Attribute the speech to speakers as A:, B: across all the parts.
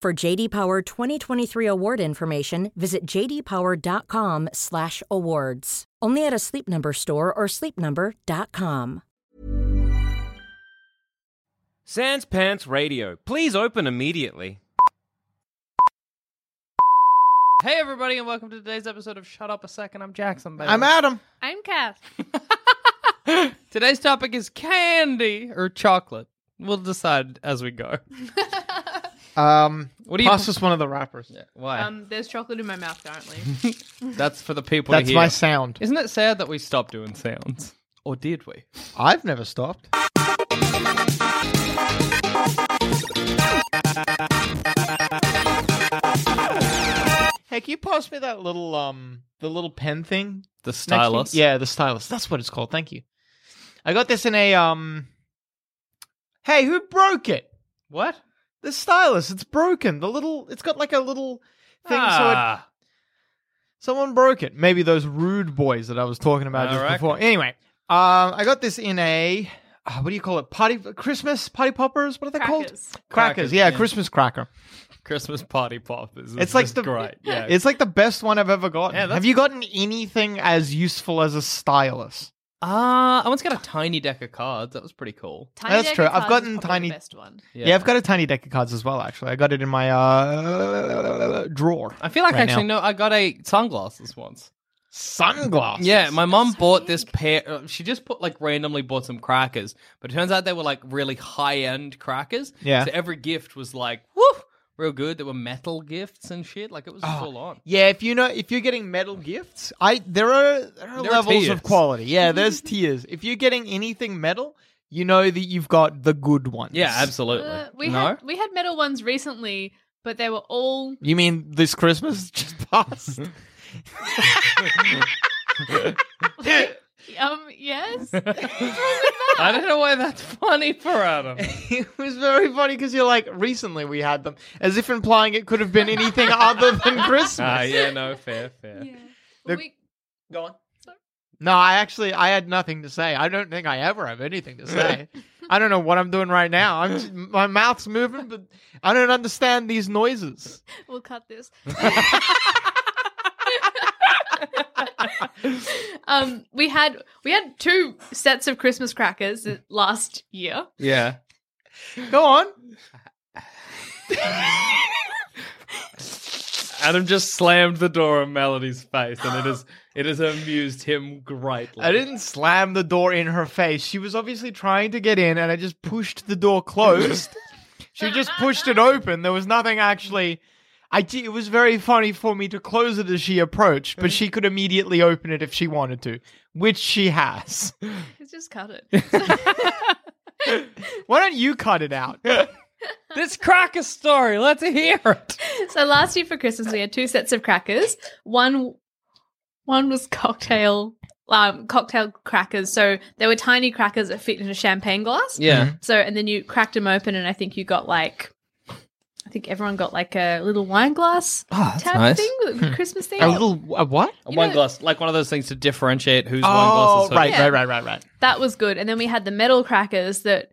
A: For JD Power 2023 award information, visit jdpower.com/awards. Only at a Sleep Number store or sleepnumber.com.
B: Sans Pants Radio. Please open immediately.
C: Hey everybody, and welcome to today's episode of Shut Up a Second. I'm Jackson. Baby.
D: I'm Adam.
E: I'm Cass.
C: Today's topic is candy or chocolate. We'll decide as we go.
D: Um,
C: What
D: what
C: do
D: do
C: you-
D: Pass us one of the rappers.
C: Why?
E: Um, there's chocolate in my mouth currently.
C: That's for the people
D: That's
C: to hear.
D: my sound.
C: Isn't it sad that we stopped doing sounds? Or did we?
D: I've never stopped. Hey, can you pass me that little um the little pen thing?
C: The
D: next to you?
C: stylus.
D: Yeah, the stylus. That's what it's called. Thank you. I got this in a um. Hey, who broke it?
C: What?
D: The stylus. It's broken. The little. It's got like a little thing. So it,
C: ah,
D: Someone broke it. Maybe those rude boys that I was talking about
C: I
D: just
C: reckon.
D: before. Anyway, um, I got this in a uh, what do you call it? Party Christmas party poppers? What are they called?
E: Crackers.
D: Crackers.
C: Crackers,
D: yeah,
C: yeah.
D: Christmas cracker.
C: Christmas party pop is
D: It's like
C: just
D: the-
C: great. Yeah.
D: It's like the best one I've ever gotten.
C: Yeah, that's-
D: Have you gotten anything as useful as a stylus?
C: Ah, I once got a tiny deck of cards. That was pretty cool.
E: Tiny
D: That's
E: Deck
D: true.
E: of
D: I've
E: Cards is
D: gotten
E: probably
D: tiny-
E: The best one.
D: Yeah. I've got a tiny deck of cards as well. Actually, I got it in my uh, drawer.
C: I feel like
D: right
C: actually
D: now.
C: no, I got a sunglasses once.
D: sunglasses.
C: Yeah, my mum
E: so
C: bought this
E: big.
C: pair. uh, She just put like randomly bought some crackers, but it turns out they were like really high end crackers.
D: Yeah.
C: So every gift was like, woo, real good. There were metal gifts and shit. Like it was full on.
D: Yeah, if you know if you're getting metal gifts, I there are there are
C: There are
D: levels
C: tiers. Mm-hmm.
D: of quality. Yeah, there's tiers. If you're getting anything metal, you know that you've got the good ones.
C: Yeah, absolutely.
E: Uh, we
C: no.
E: had we had metal ones recently, but they were all
D: You mean this Christmas just passed?
C: Mm-hmm.
E: um yes.
C: I don't know why that's funny for Adam.
D: it was very funny because you're like, recently we had them, as if implying it could have been anything other than Christmas.
C: Ah, yeah, no, fair, fair.
E: yeah.
D: The-
E: We,
D: Go on. No, I actually I had nothing to say. I don't think I ever have anything to say. I don't know what I'm doing right now. I'm just, my mouth's moving, but I don't understand these noises.
E: we'll cut this. um, we had we had two sets of Christmas crackers last year.
C: Yeah.
D: Go on.
C: Adam just slammed the door in Melody's face, and it is it has amused him greatly.
D: I didn't slam the door in her face. She was obviously trying to get in, and I just pushed the door closed. she just pushed it open. There was nothing actually. I di- it was very funny for me to close it as she approached, but she could immediately open it if she wanted to, which she has.
E: Let's just cut it.
D: Why don't you cut it out?
C: This cracker story. Let's hear it.
E: So last year for Christmas, we had two sets of crackers. One, one was cocktail, um, cocktail crackers. So they were tiny crackers that fit in a champagne glass.
C: Yeah.
E: So and then you cracked them open, and I think you got like, I think everyone got like a little wine glass
C: Oh,
E: tab thing, the Christmas thing.
D: A little a what?
C: A
E: You
C: wine
E: know-
C: glass, like one of those things to differentiate whose wine glass
D: Oh,
C: is who.
D: right,
E: Yeah.
D: right, right, right, right.
E: That was good. And then we had the metal crackers that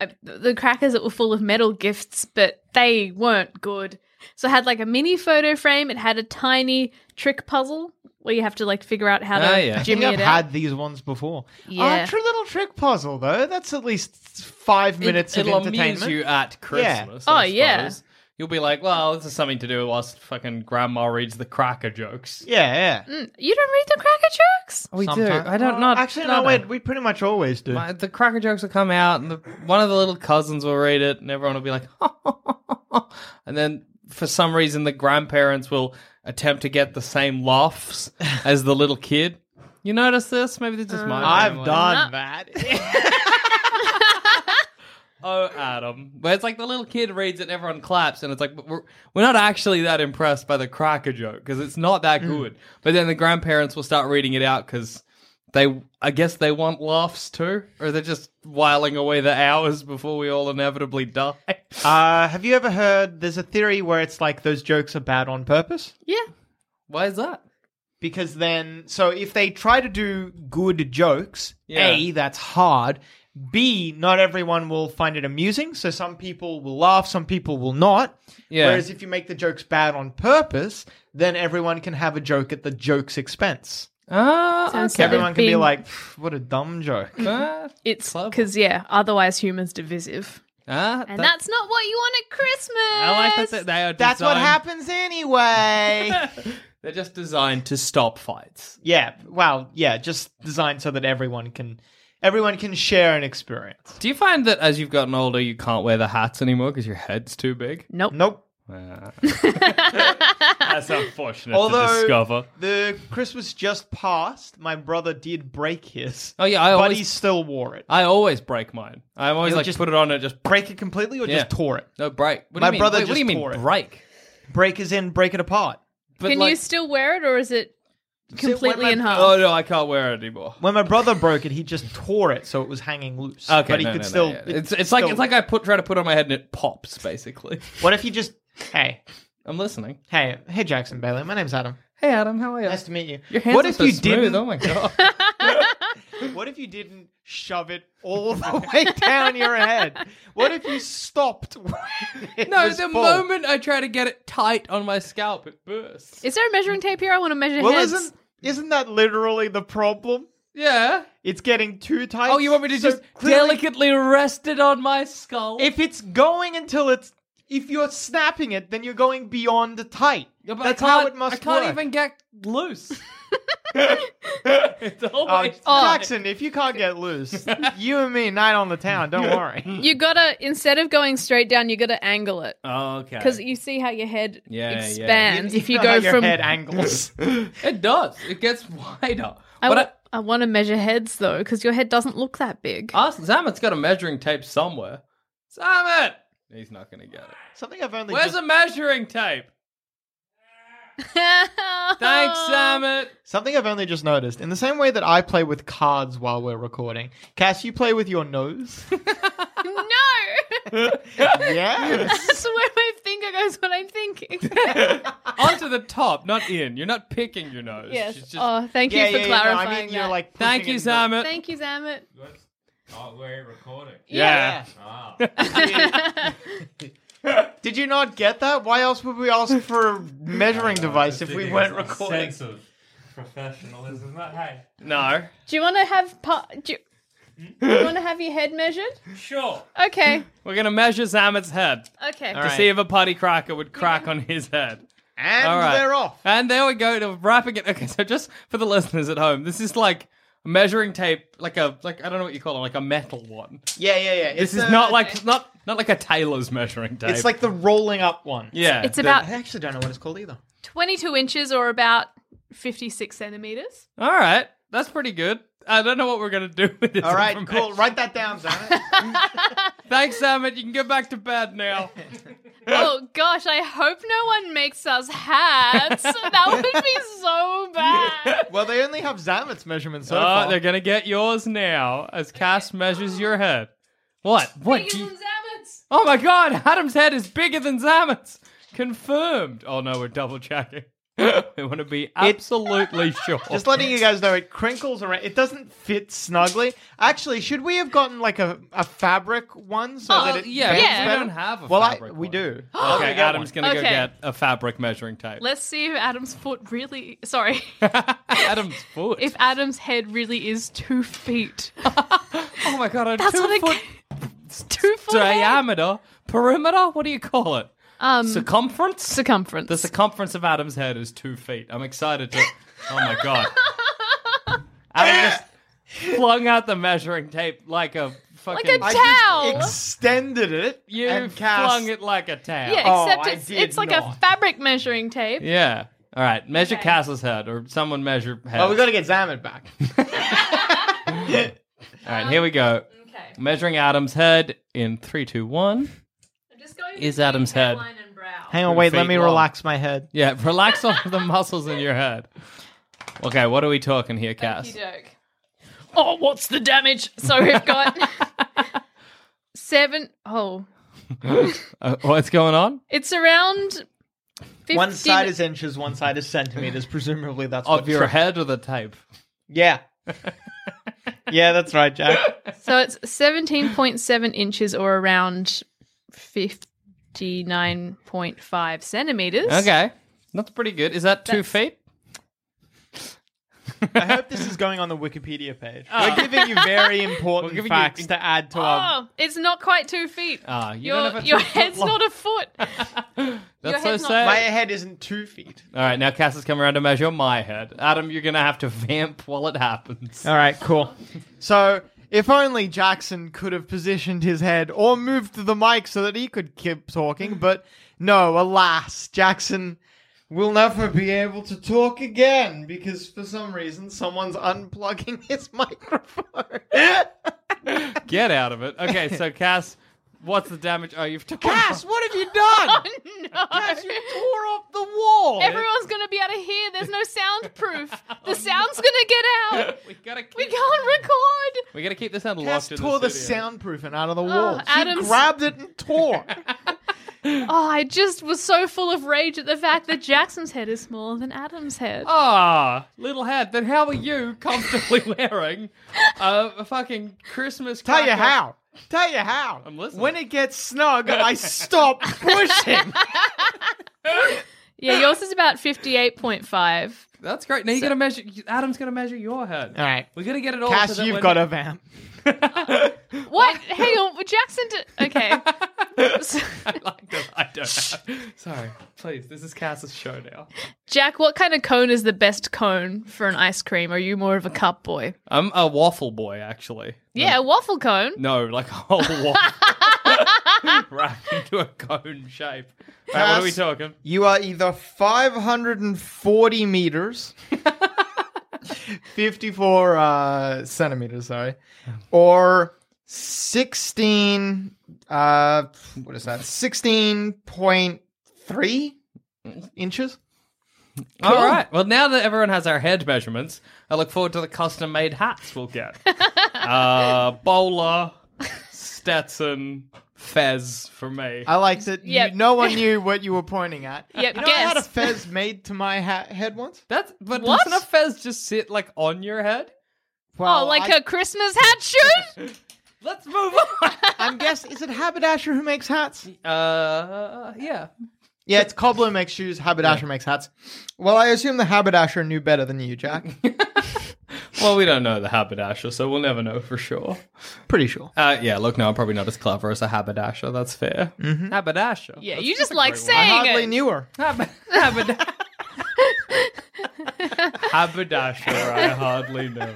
E: uh, the crackers that were full of metal gifts, but they weren't good. So I had like a mini photo frame. It had a tiny trick puzzle where you have to like figure out how to.
C: Ah, yeah.
D: Jimmy, I've
E: figure it out.
D: had these ones before.
E: Yeah.
D: Uh, tr- little trick puzzle though. That's at least five minutes
C: It,
D: of
C: will amuse
D: entertainment.
C: you at Christmas.
E: Oh,
C: I
E: yeah.
C: suppose. You'll be like, well, this is something to do whilst fucking grandma reads the cracker jokes.
D: Yeah, yeah.
E: Mm, You don't read the cracker jokes?
D: We
C: Sometime- I don't know.
D: know. Uh, Actually, no, wait. We pretty much always do.
C: My, the cracker jokes will come out, and the, one of the little cousins will read it, and everyone will be like, and then for some reason the grandparents will attempt to get the same laughs as the little kid. You notice this? Maybe this is my.
D: I've
C: family.
D: done that.
C: Oh, Adam. But it's like the little kid reads it, and everyone claps, and it's like but we're we're not actually that impressed by the cracker joke because it's not that
D: Hmm.
C: good. But then the grandparents will start reading it out because they, I guess, they want laughs too, or they're just whiling away the hours before we all inevitably die.
D: uh, have you ever heard? There's a theory where it's like those jokes are bad on purpose.
E: Yeah.
C: Why is that?
D: because then so if they try to do good jokes a
C: Yeah.
D: that's hard b not everyone will find it amusing so some people will laugh some people will not
C: Yeah.
D: whereas if you make the jokes bad on purpose then everyone can have a joke at the joke's expense
C: Ah,
E: Sounds
C: okay.
E: like-
D: everyone can be
E: Being-
D: like "Pff, what a dumb joke
C: Ah,
E: It's
C: Clever.
E: because, yeah, otherwise humans divisive.
C: ah,
E: And
C: that-
E: that's not what you want at Christmas.
C: I like that they- they are.
D: that's what
C: designed-
D: happens anyway
C: They're just designed to stop fights.
D: yeah wow yeah just designed so that everyone can everyone can share an experience
C: Do you find that as you've gotten older, you can't wear the hats anymore because your head's too big?
E: Nope.
D: nope
C: Uh, That's unfortunate
D: Although-
C: to discover.
D: The Christmas just passed, my brother did break his.
C: Oh yeah, I
D: but
C: always
D: he still wore it.
C: I always break mine. I always
D: You'll
C: like
D: just-
C: put it on and just
D: Uh, Break it completely or
C: Yeah.
D: just tore it?
C: no break. What do
D: My
C: you mean?
D: brother
C: Wait, what do
D: just
C: you mean
D: tore it.
C: break?
D: Break is in, break it apart.
C: But
E: Can you
C: like-
E: still wear it or is it
D: when
E: completely
D: my-
E: in half?
C: Oh no, I can't wear it anymore.
D: When my brother broke it, he just tore it so it was hanging loose.
C: Okay,
D: but he
C: no,
D: could
C: no, no,
D: still.
C: yeah.
D: it
C: It's it's like
D: still-
C: it's like I put try to put on my head and it pops. Basically,
D: What if you just? Hey,
C: I'm listening.
D: hey, hey, Jackson Bailey. My name's Adam.
C: Hey Adam, how are you?
D: Nice to meet you.
C: Your hands
D: what
C: are
D: if
C: so
D: you
C: smooth.
D: didn't?
C: Oh my god.
D: What if you didn't shove it all the way down your head? What if you stopped? when it
C: no,
D: was
C: the
D: full?
C: moment I try to get it tight on my scalp, it bursts.
E: Is there a measuring tape here? I want to measure
D: Well,
E: heads.
D: isn't isn't that literally the problem?
C: yeah.
D: It's getting too tight.
C: Oh, you want me to
D: so
C: just
D: clearly-
C: delicately rest it on my skull?
D: If it's going until it's, if you're snapping it, then you're going beyond the tight.
C: Yeah, but
D: That's
C: I can't,
D: how it
C: I
D: must
C: can't
D: work.
C: even get loose. it's
D: Uh,
C: always
D: Jackson, if you can't get loose, you and me, night on the town. Don't worry.
E: You gotta instead of going straight down, you gotta angle it
C: Oh, okay.
E: because you see how your head
C: Yeah, yeah.
E: expands if you
D: know
E: go
D: how your
E: from.
D: head angles,
C: it does. It gets wider.
E: I,
C: but
E: want to measure heads though because your head doesn't look that big.
D: Oh.
C: I, ask Zamet's got a measuring tape somewhere. Zamet! He's not going to get it.
D: something I've only
C: Where's
D: just,
C: a measuring tape?
E: Uh,
C: Thanks, Zamet.
D: something I've only just noticed. In the same way that I play with cards while we're recording, Cass, you play with your nose.
E: no,
D: yes.
E: that's where my finger goes when I'm thinking.
C: Onto the top, not in. You're not picking your nose.
E: yes.
C: She's just-
E: oh, thank you for
D: no,
E: clarifying
D: I mean, you're
E: that.
D: like.
C: Thank
D: pushing
C: you,
D: it down.
C: Zamet.
E: Thank you, Zamet.
F: Oh, we're recording.
C: yeah.
D: Did you not get that? Why else would we ask for a measuring device if we weren't recording?
F: Sense of professionalism. But hey,
C: No.
E: Do you want to have pa- do you, want to have your head measured?
F: sure.
E: Okay.
C: We're going to measure Zamet's head
E: Okay.
D: All
C: to
D: right.
C: see if a putty cracker would crack on his head.
D: And
C: All right.
D: they're off.
C: And there we go to wrapping it. Okay, so just for the listeners at home, this is like a measuring tape, like a like I don't know what you call it, like a metal one.
D: Yeah, yeah, yeah. uh,
C: This is not like not not like a tailor's measuring tape.
D: It's like the rolling up one.
C: yeah,
E: It's
C: the-
E: about
D: I actually don't know what it's called either.
E: 22 inches or about 56 centimeters.
C: all right. That's pretty good. I don't know what we're gonna do with this.
D: All right,
C: information.
D: cool. Write that down, Zamet.
C: Thanks, Amit. You can go back to bed now.
E: Oh gosh, I hope no one makes us hats. That would be so bad.
D: well, they only have Zamet's measurements so
C: oh,
D: far.
C: they're gonna get yours now as Cass measures your head. What? What? do you- oh my God! Adam's head is bigger than Zamet's. Confirmed. Oh no, we're double checking. we want to be absolutely sure.
D: Just letting you guys know, it crinkles around. It doesn't fit snugly. Actually, should we have gotten like a, a fabric one so
C: Oh,
D: that it
C: yeah,
D: bends
E: yeah.
C: we
D: better?
C: don't have a
D: well, I,
C: fabric
D: we
C: one.
D: do.
C: Okay, Adam's gonna go
E: Okay.
C: get a fabric measuring tape.
E: Let's see if Adam's foot really. Sorry.
C: Adam's foot.
E: If Adam's head really is two feet.
C: oh my god, a
E: That's
C: two
E: what it.
C: foot
E: Two foot. head.
C: diameter perimeter. What do you call it?
E: Um,
C: circumference?
E: circumference.
C: the circumference of Adam's head is two feet. I'm excited to. oh my god. Adam just flung out the measuring tape like a
E: like
C: fucking.
E: a
D: I
E: towel.
D: just extended it
C: you
D: and cast.
C: flung it like a towel.
E: yeah,
D: Oh,
E: except
D: I
E: it's,
D: did
E: it's like a
D: not.
E: fabric measuring tape.
C: Yeah. All right. Measure
E: Okay.
C: Castle's head, or someone measure head.
D: Oh, we got to get Zaman back.
C: All right. here we go.
E: Okay.
C: Measuring Adam's head in three, two, one.
E: I'm just going
C: Is Adam's head-
E: hairline and brow.
D: Hang on,
C: Two
D: wait. Let
C: feet
D: me
C: long.
D: relax my head.
C: Yeah. Relax all the muscles in your head. Okay. What are we talking here, Cass?
E: Okey-doke. Oh, what's the damage? So we've got seven oh
C: Uh, what's going on?
E: It's around. 50,
D: One side is inches, one side is centimeters. Presumably, that's what
C: Of your
D: tri-
C: head or the tape?
D: Yeah. yeah, that's right, Jack.
E: so it's seventeen point seven inches, or around fifty nine point five centimeters.
C: Okay. That's pretty good. Is that two
E: That's-
C: feet?
D: I hope this is going on the Wikipedia page. We're giving you very important
C: Ah. We're giving you-
D: facts to add to our.
E: Oh, it's not quite two feet.
C: Ah, you
E: your
C: don't have a
E: your
C: two foot
E: head's
C: long-
E: not a foot.
C: That's so
E: head's not-
C: sad.
D: My head isn't two feet.
C: All right, now Cass has come around to measure my head. Adam, you're gonna have to vamp while it happens.
D: All right, cool. So, if only Jackson could have positioned his head or moved the mic so that he could keep talking, but no, alas, Jackson will never be able to talk again because for some reason someone's unplugging his microphone.
C: Get out of it. Okay, so Cass, what's the damage? Oh, you've torn.
D: Cass, what have you done?
E: no.
D: Cass, you tore off the wall.
E: Everyone's going to be able to hear. There's no soundproof. The sound's going to get out.
C: we gotta keep.
E: We
C: We,
E: can't record.
C: gotta keep this sound
D: Cass
C: locked in
D: tore the,
C: studio.
D: soundproofing out of the wall. she
E: Adam's-
D: grabbed it and tore.
E: Oh, I just was so full of rage at the fact that Jackson's head is smaller than Adam's head.
D: Oh.
C: Ah, little head. Then how are you comfortably wearing a, a fucking Christmas?
D: Tell you
C: cracker?
D: how. Tell you how.
C: I'm listening.
D: When it gets snug, I stop pushing.
E: Yeah, yours is about 58.5.
C: That's great. Now you're gonna measure. Adam's gonna measure your head.
D: All right.
C: We gotta get it all. so
D: Cass,
C: that
D: you've
C: when-
D: got a vamp.
E: What? Hang on, well, Jackson did. Okay. So-
C: I like that I don't have. Sorry, please. This is Cass's show now.
E: Jack, what kind of cone is the best cone for an ice cream? Are you more of a cup boy?
D: Uh,
C: I'm a waffle boy, actually.
E: Yeah, a waffle cone.
C: No, like a whole waffle wrapped into a cone shape. Right, what are we
D: Cass.
C: talking?
D: You are either 540 meters, 54 uh, centimeters, sorry, or 16, uh, what is that? 16.3 inches?
C: All right. Well, now that everyone has our head measurements, I look forward to the custom made hats we'll get. uh, bowler, Stetson, Fez for me.
D: I like that you-
E: Yep.
D: no one knew what you were pointing at.
E: Yep,
D: You know, I had a
E: guess.
D: fez made to my ha- head once.
C: That's but
E: What?
C: doesn't a Fez just sit like on your head?
E: oh, like
D: a.
E: a Christmas hat shoot?
C: Let's move on.
D: I'm guessing is it Haberdasher who makes hats?
C: uh, yeah.
D: Yeah, it's Cobbler makes shoes. Haberdasher makes hats. Well, I assume the Haberdasher knew better than you, Jack.
C: Well, we don't know the haberdasher, so we'll never know for sure.
D: Pretty sure.
C: Uh, yeah, look, no, I'm probably not as clever as a haberdasher. That's fair. Haberdasher.
E: Yeah,
C: That's
E: you just like
C: great
D: I
E: saying
D: hardly
E: it.
D: knew her.
C: Hab- haberd- haberdasher. I hardly know.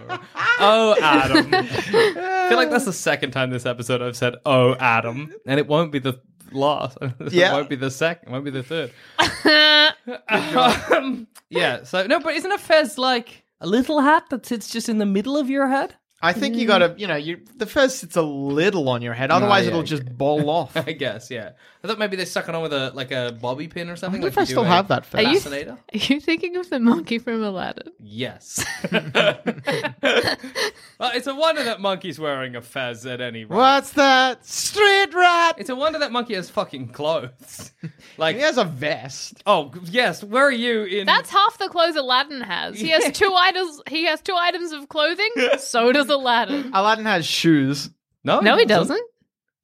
C: Oh, Adam. I feel like that's the second time this episode I've said "Oh, Adam," and it won't be the last.
D: Yeah.
C: it won't be the second. It won't be the third. um, yeah. So no, but isn't a fez like a little hat that sits just in the middle of your head?
D: I think you gotta, you know, you the fez sits a little on your head. Otherwise,
C: yeah,
D: it'll just bowl off.
C: I guess, yeah. I thought maybe they stuck it on with a like a bobby pin or something.
D: wonder if
C: like
D: I
C: you do
D: still
C: a
D: have that fez.
E: Are you-
C: fascinator.
E: Are you thinking of the monkey from Aladdin?
C: Yes. well, it's a wonder that monkey's wearing a fez at any rate.
D: What's that? Street rat.
C: It's a wonder that monkey has fucking clothes. Like,
D: He has a vest.
C: oh yes, where are you in?
E: That's half the clothes Aladdin has. He has two items. He has two items of clothing. So does Aladdin.
D: Aladdin has shoes.
E: No, he doesn't.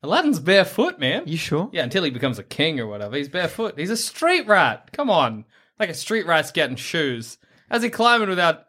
C: Aladdin's barefoot, man.
D: You sure?
C: Yeah, until he becomes a king or whatever. He's barefoot. He's a street rat. Come on, like a street rat's getting shoes. How's he climbing without?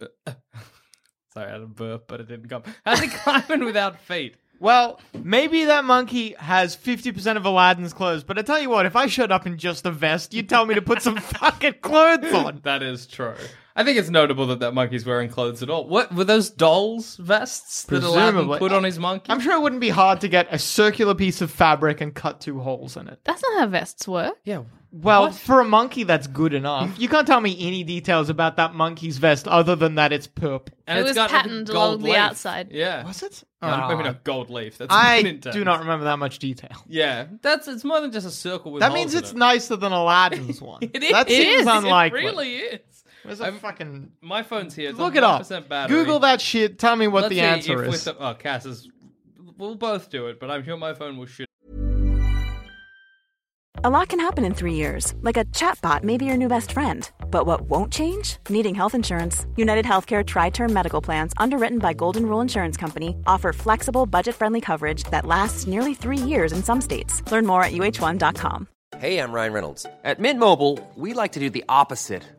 C: Sorry, I had a burp, but it didn't come. How's he climbing without feet?
D: Well, maybe that monkey has 50% of Aladdin's clothes, but I tell you what, if I showed up in just a vest, you'd tell me to put some fucking clothes on.
C: That is true. I think it's notable that that monkey's wearing clothes at all. What were those dolls vests that Aladdin
D: Presumably.
C: put on his monkey?
D: I'm sure it wouldn't be hard to get a circular piece of fabric and cut two holes in it.
E: That's not how vests work.
C: yeah.
D: Well, for a monkey, that's good enough. You can't tell me any details about that monkey's vest other than that it's purple.
C: And
E: It
C: it's
E: was
C: got
E: patterned
C: gold
E: along the
C: leaf.
E: outside.
C: Yeah.
D: Was it?
C: No, maybe
D: Ah.
C: not gold leaf. That's
D: I
C: Nintendo.
D: do not remember that much detail.
C: Yeah, that's it's more than just a circle with
D: That
C: holes
D: means
C: in
D: it's
C: it.
D: nicer than Aladdin's one.
C: It is.
D: That seems unlikely.
C: It really is.
D: Where's a
C: I'm-
D: fucking
C: My phone's here. It's
D: look
C: on
D: it up?
C: 1% battery.
D: Google that shit. Tell me what
C: Let's
D: the
C: see
D: answer
C: if we're
D: is.
C: so- oh, Cass is. We'll both do it, but I'm sure my phone will shit.
G: A lot can happen in three years, like a chatbot may be your new best friend. But what won't change? Needing health insurance. United Healthcare Tri Term Medical Plans, underwritten by Golden Rule Insurance Company, offer flexible, budget friendly coverage that lasts nearly three years in some states. Learn more at uh1.com.
H: Hey, I'm Ryan Reynolds. At Mint Mobile, we like to do the opposite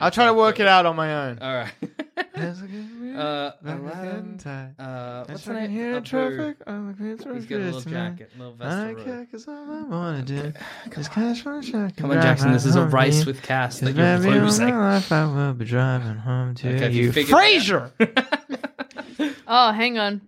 D: I'll try to work it out on my own.
C: All right. uh, Aladdin. Uh, what's her name? Abu. He's got a little jacket, a little vest.
D: I
C: around.
D: care cause all I wanna do is cash for a check.
C: Come on, Jackson. This is a rice with Cass that you're losing.
D: life I will be driving home to
C: Okay, if you
D: you.
C: figured that out.
D: Frasier!
E: Oh, hang on.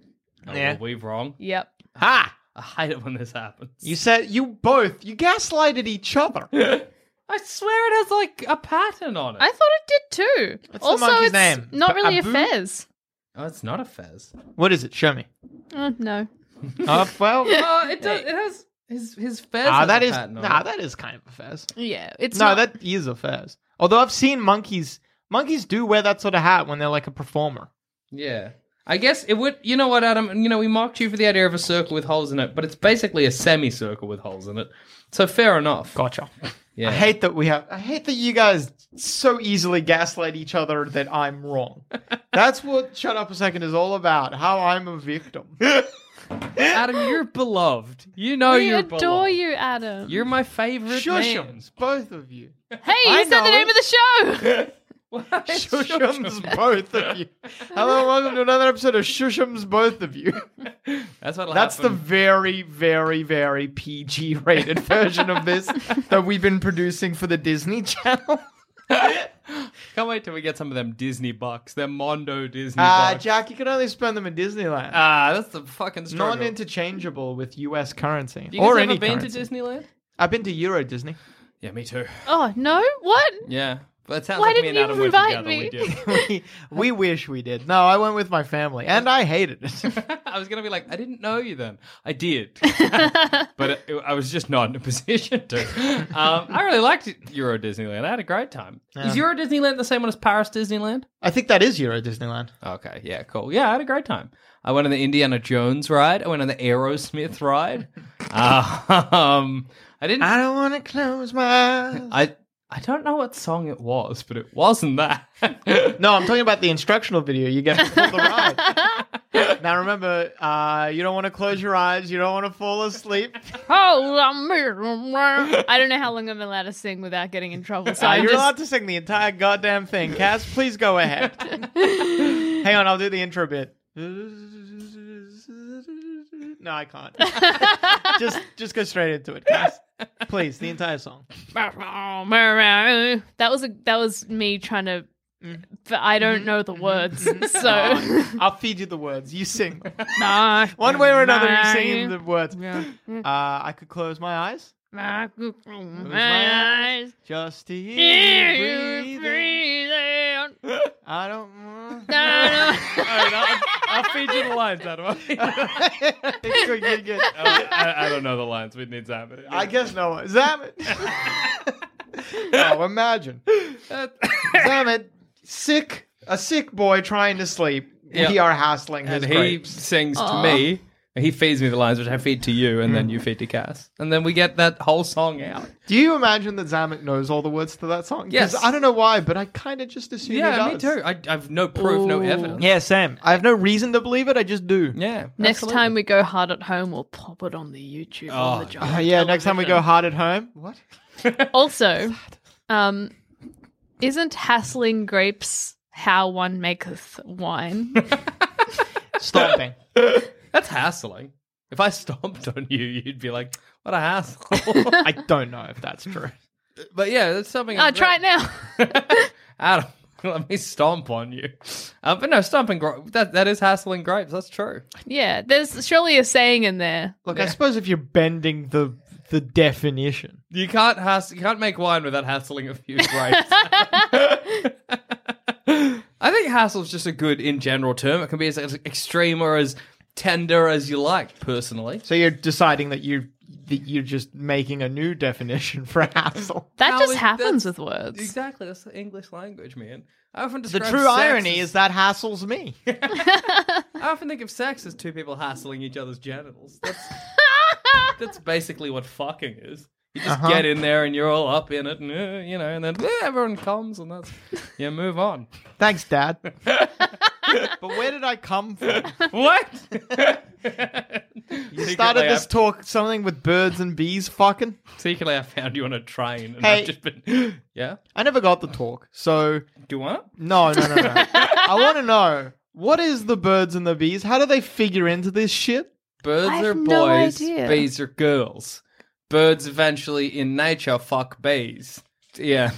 C: Oh,
D: Yeah.
C: were we wrong?
E: Yep.
D: ha!
C: I hate it when this happens.
D: You said you both, you gaslighted each other.
C: I swear it has like a pattern on it.
E: I thought it did too.
D: What's the
E: also,
D: monkey's
E: it's
D: name? B-
E: not really
D: Abu?
E: a fez.
C: oh, it's not a fez.
D: What is it? Show me.
E: Oh, no.
D: Oh, well.
C: Oh, it does. It has his his fez.
D: Ah,
C: has
D: that
C: a
D: is
C: pattern on
D: nah,
C: it.
D: that is kind of a fez.
E: Yeah, it's
D: no,
E: not.
D: that is a fez. Although I've seen monkeys, monkeys do wear that sort of hat when they're like a performer.
C: Yeah. I guess it would. You know what, Adam? You know, we mocked you for the idea of a circle with holes in it, but it's basically a semicircle with holes in it. So fair enough.
D: Gotcha.
C: Yeah.
D: I hate that we have. I hate that you guys so easily gaslight each other that I'm wrong. That's what "Shut Up a Second is all about. How I'm a victim.
C: Adam, you're beloved. You know
E: we
C: you're
E: adore
C: beloved.
E: you, Adam.
C: You're my favorite man.
D: Shushums, both of you.
E: hey, you said
D: know
E: the name of the show.
C: What?
D: Shushums, both of you. Hello, and welcome to another episode of Shushums, both of you.
C: That's what.
D: That's the very, very, very PG rated version of this that we've been producing for the Disney Channel.
C: Can't wait till we get some of them Disney bucks. Them Mondo Disney
E: Ah,
D: Uh,
C: bucks.
D: Jack, you can only spend them in Disneyland.
C: Ah, that's the fucking struggle.
D: non interchangeable with US currency.
C: you guys
D: or
C: ever
D: any
C: been
D: currency.
C: to Disneyland?
D: I've been to Euro Disney.
C: Yeah, me too.
E: oh, no? What?
C: Yeah, but it sounds
E: Why
C: like me and
E: didn't you
C: Adam were
E: invite
C: together. We
E: me?
C: did.
D: we, we wish we did. No, I went with my family and I hated it.
C: I was gonna be like, I didn't know you then. I did, but it, I was just not in a position to. Um, I really liked Euro Disneyland. I had a great time. Is Euro Disneyland the same one as Paris Disneyland?
D: I think that is Euro Disneyland.
C: Okay, yeah, cool. Yeah, I had a great time. I went on the Indiana Jones ride. I went on the Aerosmith ride. Uh, um, I
E: Ah,
C: didn't.
D: I don't want to close my eyes.
C: I I don't know what song it was, but it wasn't that.
D: No, I'm talking about the instructional video you get before the ride. now remember, uh, you don't want to close your eyes. You don't want to fall asleep.
E: Oh, I'm here. I don't know how long I'm allowed to sing without getting in trouble. So
D: Uh,
E: I'm
D: you're
E: just...
D: allowed to sing the entire goddamn thing. Cass, please go ahead. Hang on, I'll do the intro bit. No, I can't. just just go straight into it, Cass. Please, the entire song.
E: That was a that was me trying to.
D: Mm.
E: But I don't
D: Mm-hmm.
E: know the words, so
D: I'll feed you the words. You sing. them.
E: nah.
D: One way or another, you sing the words. Uh, I could close my eyes. Just to hear you breathing.
E: Breathing.
D: I don't want
E: I
D: I,
C: feature the lines out of it.
D: Good, good, good.
C: I, I don't know the lines. We'd need Zap.
D: I guess no. Zamet. oh, imagine. Zamet, sick, a sick boy trying to sleep.
C: Yeah.
D: We are hassling his
C: and he
D: grapes.
C: sings to me. and He feeds me the lines, which I feed to you, and then you feed to Cass, and then we get that whole song out.
D: Do you imagine that Zamet knows all the words to that song? 'Cause
C: Yes.
D: I don't know why, but I kind of just assume
C: Yeah,
D: he
C: me
D: does.
C: too. I, I've no proof, no evidence.
D: Yeah, Sam. I have no reason to believe it. I just do.
C: yeah.
E: Next time we go hard at home, we'll pop it on the YouTube. on
D: Uh,
E: the giant
D: yeah, next time we go
E: television.
D: hard at home. What?
E: Also, um, isn't hassling grapes how one maketh wine?
D: Stomping.
C: That's hassling. If I stomped on you, you'd be like, "What a hassle!"
D: I don't know if that's true.
C: but yeah, that's something.
E: oh, try it now.
C: Adam, let me stomp on you. Uh, but no, stomping grapes. That that is hassling grapes. That's true.
E: yeah, there's surely a saying in there.
D: Look, I suppose if you're bending the the definition.
C: You can't hass- you can't make wine without hassling a few grapes. I think hassle's just a good in general term. It can be as, as extreme or as tender as you like. Personally,
D: So you're deciding that you that you're just making a new definition for hassle.
E: That
C: How
E: just
C: is-
E: happens
C: that's-
E: with words.
C: exactly. That's the English language, man. I often
D: The
C: describe
D: true
C: sex
D: irony
C: as-
D: is that hassles me.
C: I often think of sex as two people hassling each other's genitals. That's that's basically what fucking is. You just get in there and you're all up in it, and uh, you know, and then uh, everyone comes, and that's you move on.
D: Thanks, Dad. but where did I come from?
C: What?
D: You started this talk something with birds and bees fucking.
C: Secretly, I found you on a train, and
D: Hey.
C: I've just been. Yeah.
D: I never got the talk. So
C: Do you want it?
D: no, no, no, no. I want to know what is the birds and the bees? How do they figure into this shit?
C: Birds
E: I
C: are
E: have no
C: boys.
E: idea.
C: Bees are girls. Birds eventually, in nature, fuck bees. Yeah.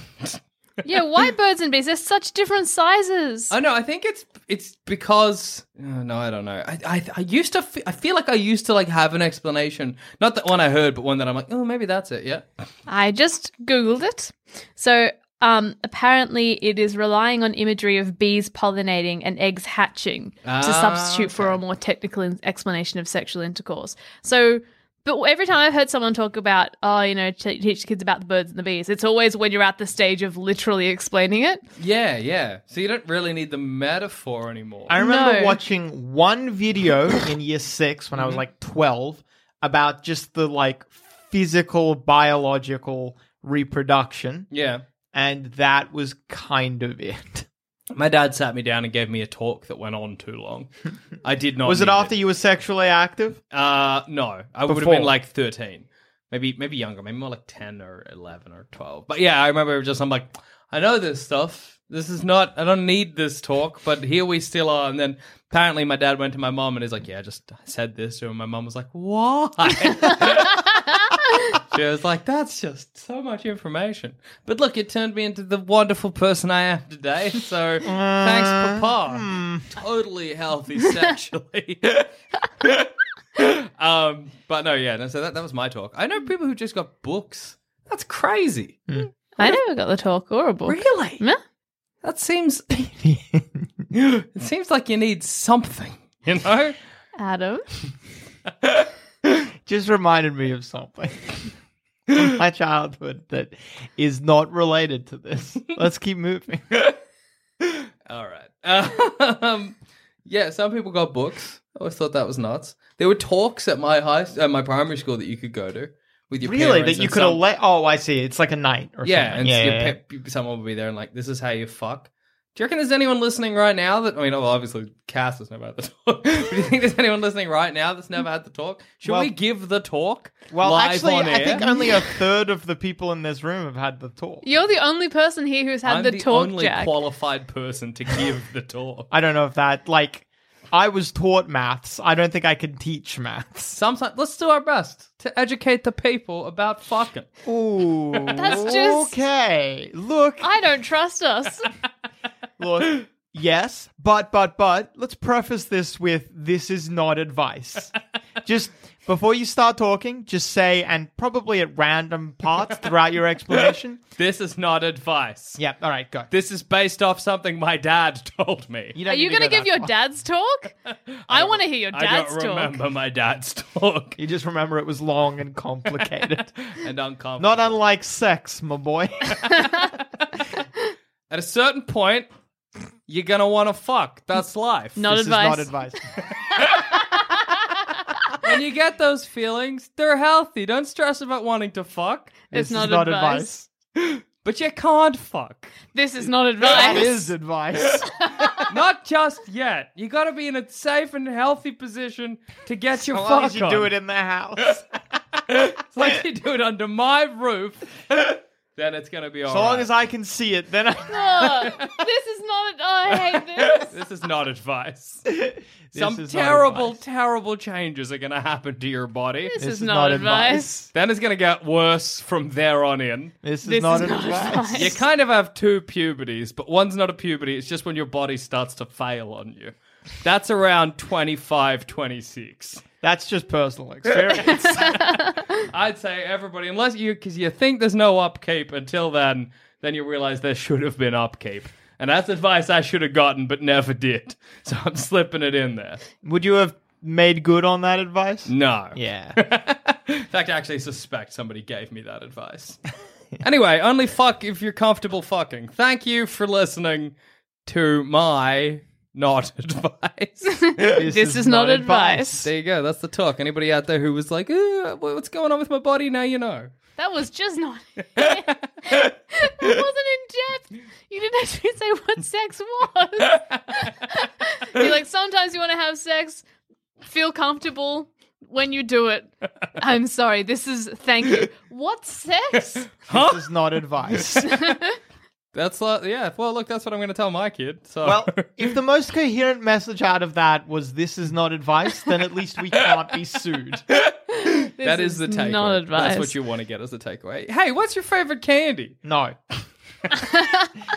E: yeah, why birds and bees? They're such different sizes.
C: I know. I think it's it's because oh, no, I don't know. I I, I used to. Fe- I feel like I used to like have an explanation, not that one I heard, but one that I'm like, oh, maybe that's it. Yeah.
E: I just googled it. So, um, apparently, it is relying on imagery of bees pollinating and eggs hatching to substitute for a more technical in- explanation of sexual intercourse. So, but every time I've heard someone talk about, oh, you know, t- teach kids about the birds and the bees, it's always when you're at the stage of literally explaining it.
C: Yeah. Yeah. So you don't really need the metaphor anymore.
D: I remember
E: No.
D: watching one video in year six when I was like 12 about just the like physical, biological reproduction.
C: yeah.
D: And that was kind of it.
C: My dad sat me down and gave me a talk that went on too long. I did not.
D: was it
C: need
D: after you were sexually active?
C: Uh, no, I would have
D: Before.
C: been like thirteen, maybe maybe younger, maybe more like ten or eleven or twelve. But yeah, I remember it was just I'm like, I know this stuff. This is not. I don't need this talk, but here we still are. And then apparently my dad went to my mom and he's like, Yeah, I just said this to her. And my mom was like, Why? she was like, That's just so much information. But look, it turned me into the wonderful person I am today. So thanks, Papa. Totally healthy sexually. Um, but no, yeah, no, so that, that was my talk. I
D: Hmm.
C: know people who just got books. That's crazy.
E: I never got the talk or a book.
C: Really?
E: Yeah.
C: That seems. it seems like you need something, you know?
E: Adam.
D: Just reminded me of something. from my childhood that is not related to this. Let's keep moving.
C: All right. Um, yeah, some people got books. I always thought that was nuts. There were talks at my high, uh, my primary school that you could go to with your
D: Really?
C: parents
D: That you
C: and
D: could
C: some-
D: elect? Oh, I see. It's like a night or
C: Yeah,
D: something.
C: and your pe- someone will be there and like, this is how you fuck. Do you reckon there's anyone listening right now that I mean, well, obviously Cass has never had the talk. but do you think there's anyone listening right now that's never had the talk? Should
D: Well-
C: we give the talk?
D: Well,
C: live
D: actually,
C: on
D: I
C: air?
D: think only a third of the people in this room have had the talk.
E: You're the only person here who's had
C: I'm
E: the,
C: the,
E: talk,
C: only
E: Jack.
C: qualified person to give the talk.
D: I don't know if that like I was taught maths. I don't think I could teach maths.
C: Sometimes let's do our best to educate the people about fucking.
D: Ooh.
E: That's just-
D: okay. Look,
E: I don't trust us.
D: look. Yes, but but but let's preface this with this is not advice. just Before you start talking, just say, and probably at random parts throughout your explanation.
C: This is not advice.
D: Yeah, all right, go.
C: This is based off something my dad told me.
D: You
E: Are
D: don't
E: you
D: need to
E: going to
D: go
E: give
D: that
E: your
D: far.
E: dad's talk? I want to hear your
C: I
E: dad's
C: don't remember
E: talk.
C: my dad's talk.
D: You just remember it was long and complicated.
C: and uncomfortable.
D: Not unlike sex, my boy.
C: At a certain point, you're gonna want to fuck. That's life.
E: Not
D: this
E: advice.
D: is not advice.
C: When you get those feelings, they're healthy. Don't stress about wanting to fuck.
D: This
E: It's
D: is
E: not,
D: not
E: advice.
D: advice.
C: But you can't fuck.
E: This is not
D: That
E: advice.
D: is advice.
C: Not just yet. You gotta be in a safe and healthy position to get your
D: As long
C: fuck
D: as you
C: on.
D: do it in the house.
C: It's like you do it under my roof. then it's gonna be
D: As
C: alright.
D: long as I can see it, then I.
E: Ugh, this is not. Ad- I hate this.
C: This is not advice.
D: This
C: Some
D: is not
C: terrible,
D: advice.
C: terrible changes are gonna happen to your body.
E: This, is, not advice.
C: Then it's gonna get worse from there on in.
D: This is
E: This
D: not
E: is not
D: advice.
E: advice.
C: You kind of have two puberties, but one's not a puberty. It's just when your body starts to fail on you. That's around 25, 26.
D: That's just personal experience.
C: I'd say everybody, unless you, because you think there's no upkeep until then, then you realize there should have been upkeep. And that's advice I should have gotten, but never did. So I'm slipping it in there.
D: Would you have made good on that advice?
C: No.
D: Yeah.
C: in fact, I actually suspect somebody gave me that advice. anyway, only fuck if you're comfortable fucking. Thank you for listening to my not advice.
D: This,
E: This is not advice.
C: there you go. That's the talk. Anybody out there who was like, "Uh, wh- what's going on with my body? Now you know.
E: That was just not. that wasn't in depth. You didn't actually say what sex was. You're like, sometimes you want to have sex, feel comfortable when you do it. I'm sorry. This is thank you. What sex?
D: This is not advice.
C: That's like, yeah. Well, look, that's what I'm going to tell my kid. So,
D: well, if the most coherent message out of that was this is not advice, then at least we can't be sued.
E: This
C: that is the takeaway.
E: Not advice.
C: That's what you want to get as the takeaway. Hey, what's your favorite candy?
D: No.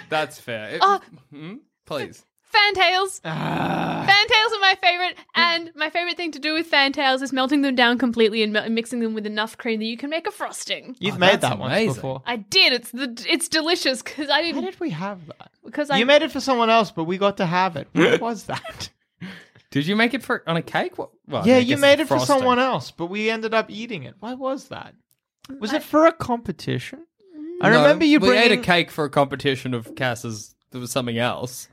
C: That's fair. It-
E: Uh,
C: Hmm? Please.
E: Fantails. fantails are my favorite, and my favorite thing to do with fantails is melting them down completely and, mel- and mixing them with enough cream that you can make a frosting.
D: You've
C: Oh,
D: made
C: that's
D: that one
C: amazing.
D: before.
E: I did. It's the it's delicious because I
D: Why
E: didn't
D: did we have that?
E: because I
D: you made it for someone else, but we got to have it. What was that?
C: Did you make it for on a cake? What? Well, I
D: yeah,
C: mean, I guess
D: you
C: it's
D: made Oh, it for
C: frosting.
D: someone else, but we ended up eating it. Why was that? Was it for a competition? I
C: No,
D: remember you
C: we ate a
D: bringing.
C: cake for a competition of Cass's. There was something else,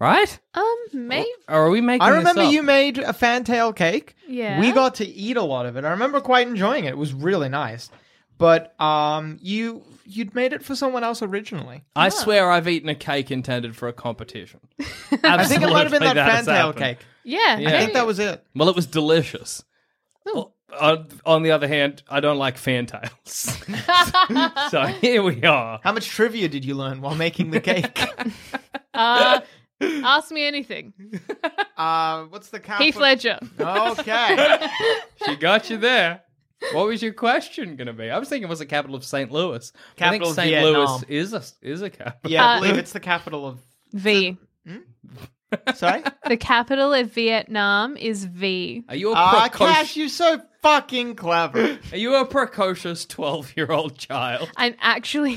C: right?
E: um maybe
C: Or are we making?
D: I
C: this
D: remember
C: up?
D: you made a fantail cake.
E: Yeah.
D: We got to eat a lot of it. I remember quite enjoying it. It was really nice. But um you you'd made it for someone else originally.
C: I swear I've eaten a cake intended for a competition.
D: I think it might have been
C: Absolutely,
D: that
C: that's
D: fantail
C: happened.
D: cake.
E: yeah.
D: I
C: Yeah.
D: think that was it.
C: Well, it was delicious.
D: Oh.
C: Well, on, on the other hand, I don't like fantails. so here we are.
D: How much trivia did you learn while making the cake?
E: Uh, ask me anything.
D: uh what's the count?
E: Heath
D: for-
E: Ledger.
D: Okay.
C: She got you there. What was your question going to be? I was thinking, what's the capital of St. Louis?
D: Capital
C: I think
D: of
C: St.
D: Vietnam.
C: Louis is a is a capital.
D: yeah, I
E: Uh,
D: believe it's the capital of
E: V.
D: Sorry?
E: The capital of Vietnam is V.
C: Are you a
D: Ah, Cash,
C: precocious?
D: you're so fucking clever.
C: Are you a precocious twelve-year-old child?
E: I'm actually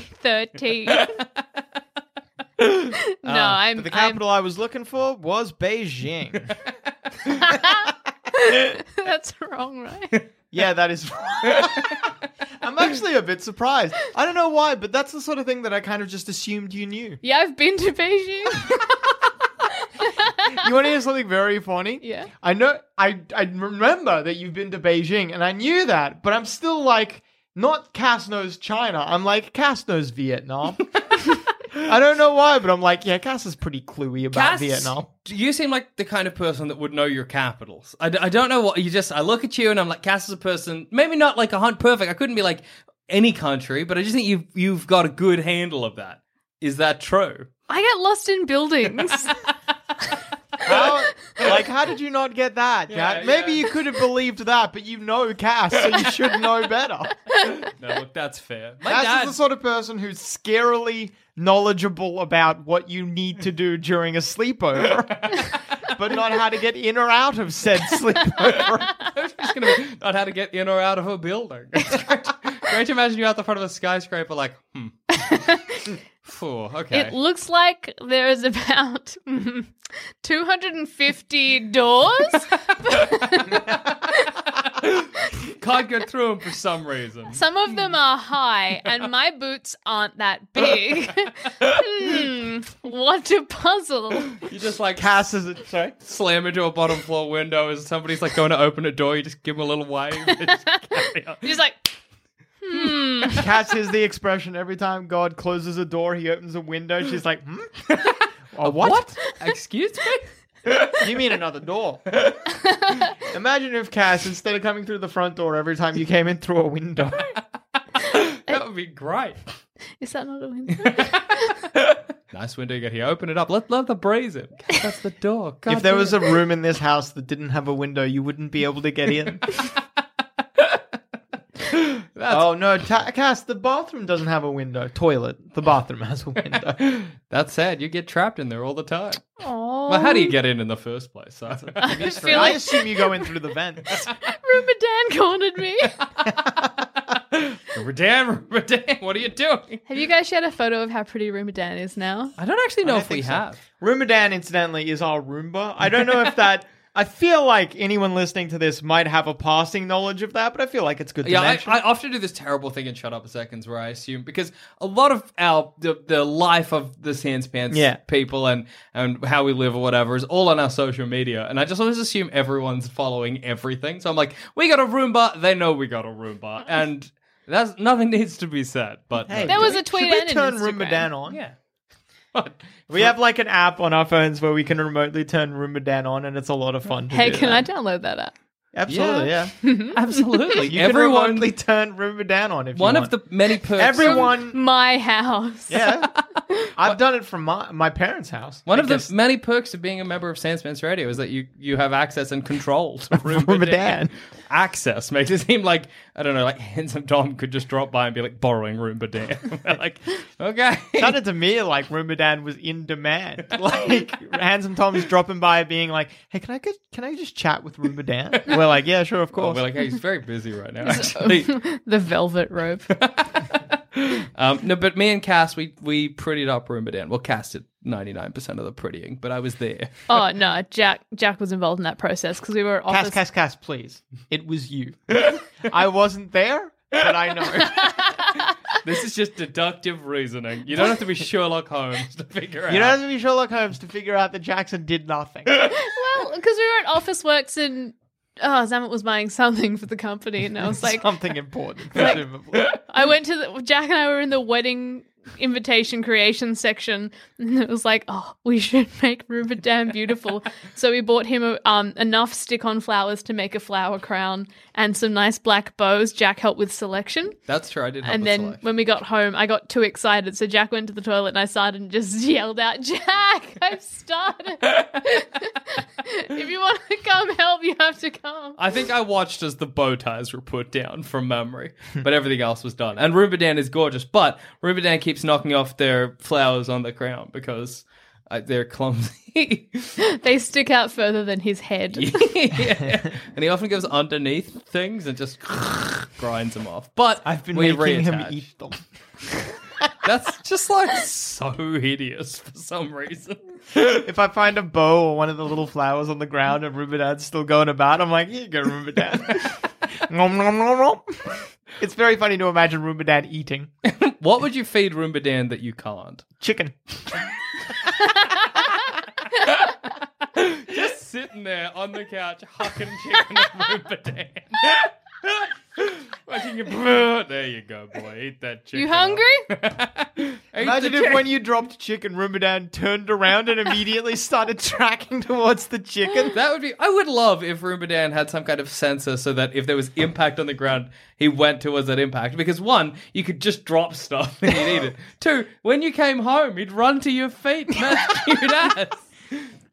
E: 13. no, I'm,
D: Ah, But the
E: I'm
D: capital i was looking for was Beijing.
E: that's wrong, right?
D: yeah, that is. I'm actually a bit surprised. I don't know why, but that's the sort of thing that I kind of just assumed you knew.
E: Yeah, I've been to Beijing.
D: You want to hear something very funny?
E: Yeah.
D: I know. I I remember that you've been to Beijing, and I knew that, but I'm still like. Not Cass knows China. I'm like, Cass knows Vietnam. I don't know why, but I'm like, yeah, Cass is pretty cluey about
C: Cass,
D: Vietnam.
C: do You seem like the kind of person that would know your capitals. I, d- I don't know what you just. I look at you and I'm like, Cass is a person. Maybe not like a hunt perfect. I couldn't be like any country, but I just think you've you've got a good handle of that. Is that true?
E: I get lost in buildings.
D: How, like, how did you not get that? Kat? Maybe you could have believed that, but you know Cass, so you should know better.
C: No, look, that's fair. My
D: Cass
C: dad.
D: is the sort of person who's scarily knowledgeable about what you need to do during a sleepover, but not how to get in or out of said sleepover.
C: It's gonna be not how to get in or out of a building. It's great, great to imagine you out the front of a skyscraper, like, hmm. Phew, okay.
E: It looks like there is about mm, 250 doors.
C: Can't get through them for some reason.
E: Some of them are high, and my boots aren't that big. Hmm, what a puzzle.
C: You just like
D: Cass is a, sorry.
C: slam into a bottom floor window as somebody's like going to open a door. You just give them a little wave. and just carry on.
E: Just like, hmm.
D: Cass is the expression every time God closes a door, he opens a window. She's like, hmm? a what?
C: Excuse me.
D: You mean another door? Imagine if Cass, instead of coming through the front door every time you came in through a window.
C: That would be great.
E: Is that not a window?
C: Nice window you got here. Open it up. Let let the breeze in. That's the door. God
D: if there was
C: damn
D: a room in this house that didn't have a window, you wouldn't be able to get in. oh no, Ta- Cass, the bathroom doesn't have a window. Toilet, the bathroom has a window.
C: it. that's sad. You get trapped in there all the time.
E: Oh,
C: Well, how do you get in in the first place? So.
E: I just feel
D: I
E: like
D: assume you go in through the vents.
E: Rupert Dan cornered me.
C: Rodan, Rodan, what are you doing?
E: Have you guys shared a photo of how pretty Rupert Dan is now?
C: I don't actually know
D: don't
C: if we
D: think so.
C: have.
D: Rumadan, incidentally, is our Roomba. I don't know if that. I feel like anyone listening to this might have a passing knowledge of that, but I feel like it's good to
C: Yeah, I,
D: mention.
C: I often do this terrible thing in Shut Up Seconds where I assume because a lot of our the, the life of the sans pants
D: Yeah.
C: people and and how we live or whatever is all on our social media, and I just always assume everyone's following everything. So I'm like, we got a Roomba, they know we got a Roomba, and that's nothing needs to be said. But
D: Hey,
E: There was a
D: should
E: tweet
D: we
E: and an
D: turn
E: Instagram.
D: Rumadan on.
C: yeah, What?
D: We have like an app on our phones where we can remotely turn Rumadan on, and it's a lot of fun. To
E: Hey,
D: do
E: can
D: that.
E: I download that app?
D: Absolutely, yeah.
C: absolutely.
D: You can
C: Everyone,
D: remotely turn Rumadan on if you
C: one
D: want.
C: of the many perks.
D: everyone.
E: My house.
D: yeah, I've done it from my my parents' house.
C: One of the
D: Because-
C: many perks of being a member of Sandspans Radio is that you, you have access and control to Roomba
D: Roomba
C: Dan.
D: Dan.
C: Access makes it seem like, I don't know, like Handsome Tom could just drop by and be like borrowing Roomba Dan. We're like, okay.
D: sounded to me like Rumadan was in demand. Like handsome Tom's dropping by, being like, "Hey, can I get, can I just chat with Rumadan?" We're like, "Yeah, sure, of course."
C: We're like, hey, he's very busy right now, actually.
E: The velvet rope.
C: um, no, but me and Cass, we, we prettied up Roomba Dan. Well, Cass did 99% of the prettying, but I was there.
E: oh no, Jack. Jack was involved in that process because we were at
D: Cass,
E: office.
D: Cass, Cass, please. It was you. I wasn't there, but I know.
C: This is just deductive reasoning. You don't have to be Sherlock Holmes to figure out.
D: You don't have to be Sherlock Holmes to figure out that Jackson did nothing.
E: Well, because we were at Office Works and oh, Zamet was buying something for the company, and I was like,
D: Something important, presumably.
E: I went to the Jack and I were in the wedding invitation creation section, and it was like, oh, we should make Rupert Dan beautiful. so we bought him um, enough stick-on flowers to make a flower crown and some nice black bows. Jack helped with selection,
C: That's true. I did help
E: and
C: with
E: then
C: selection.
E: when we got home, I got too excited, so Jack went to the toilet, and I started and just yelled out, "Jack, I've started! if you want to come help, you have to come."
C: I think I watched as the bow ties were put down from memory, but everything else was done. And Rubidan is gorgeous, but Rubidan keeps knocking off their flowers on the crown because uh, they're clumsy.
E: They stick out further than his head.
C: Yeah. And he often goes underneath things and just grinds them off. But
D: I've been
C: we
D: making him
C: reattach.
D: eat them.
C: That's just like so hideous for some reason.
D: If I find a bow or one of the little flowers on the ground and Rubidan's still going about, I'm like, here you go, Rubidan. nom, nom, nom, nom. It's very funny to imagine Rubidan eating
C: What would you feed Rubidan that you can't?
D: chicken.
C: Just sitting there on the couch, hucking chicken and Rubidan. Watching you. There you go, boy. Eat that chicken.
E: You hungry?
D: Imagine if when you dropped chicken, Rubidan turned around and immediately started tracking towards the chicken.
C: That would be. I would love if Rumbadan had some kind of sensor so that if there was impact on the ground, he went towards that impact. Because one, you could just drop stuff and he'd eat it. Two, when you came home, he'd run to your feet, and that's cute ass.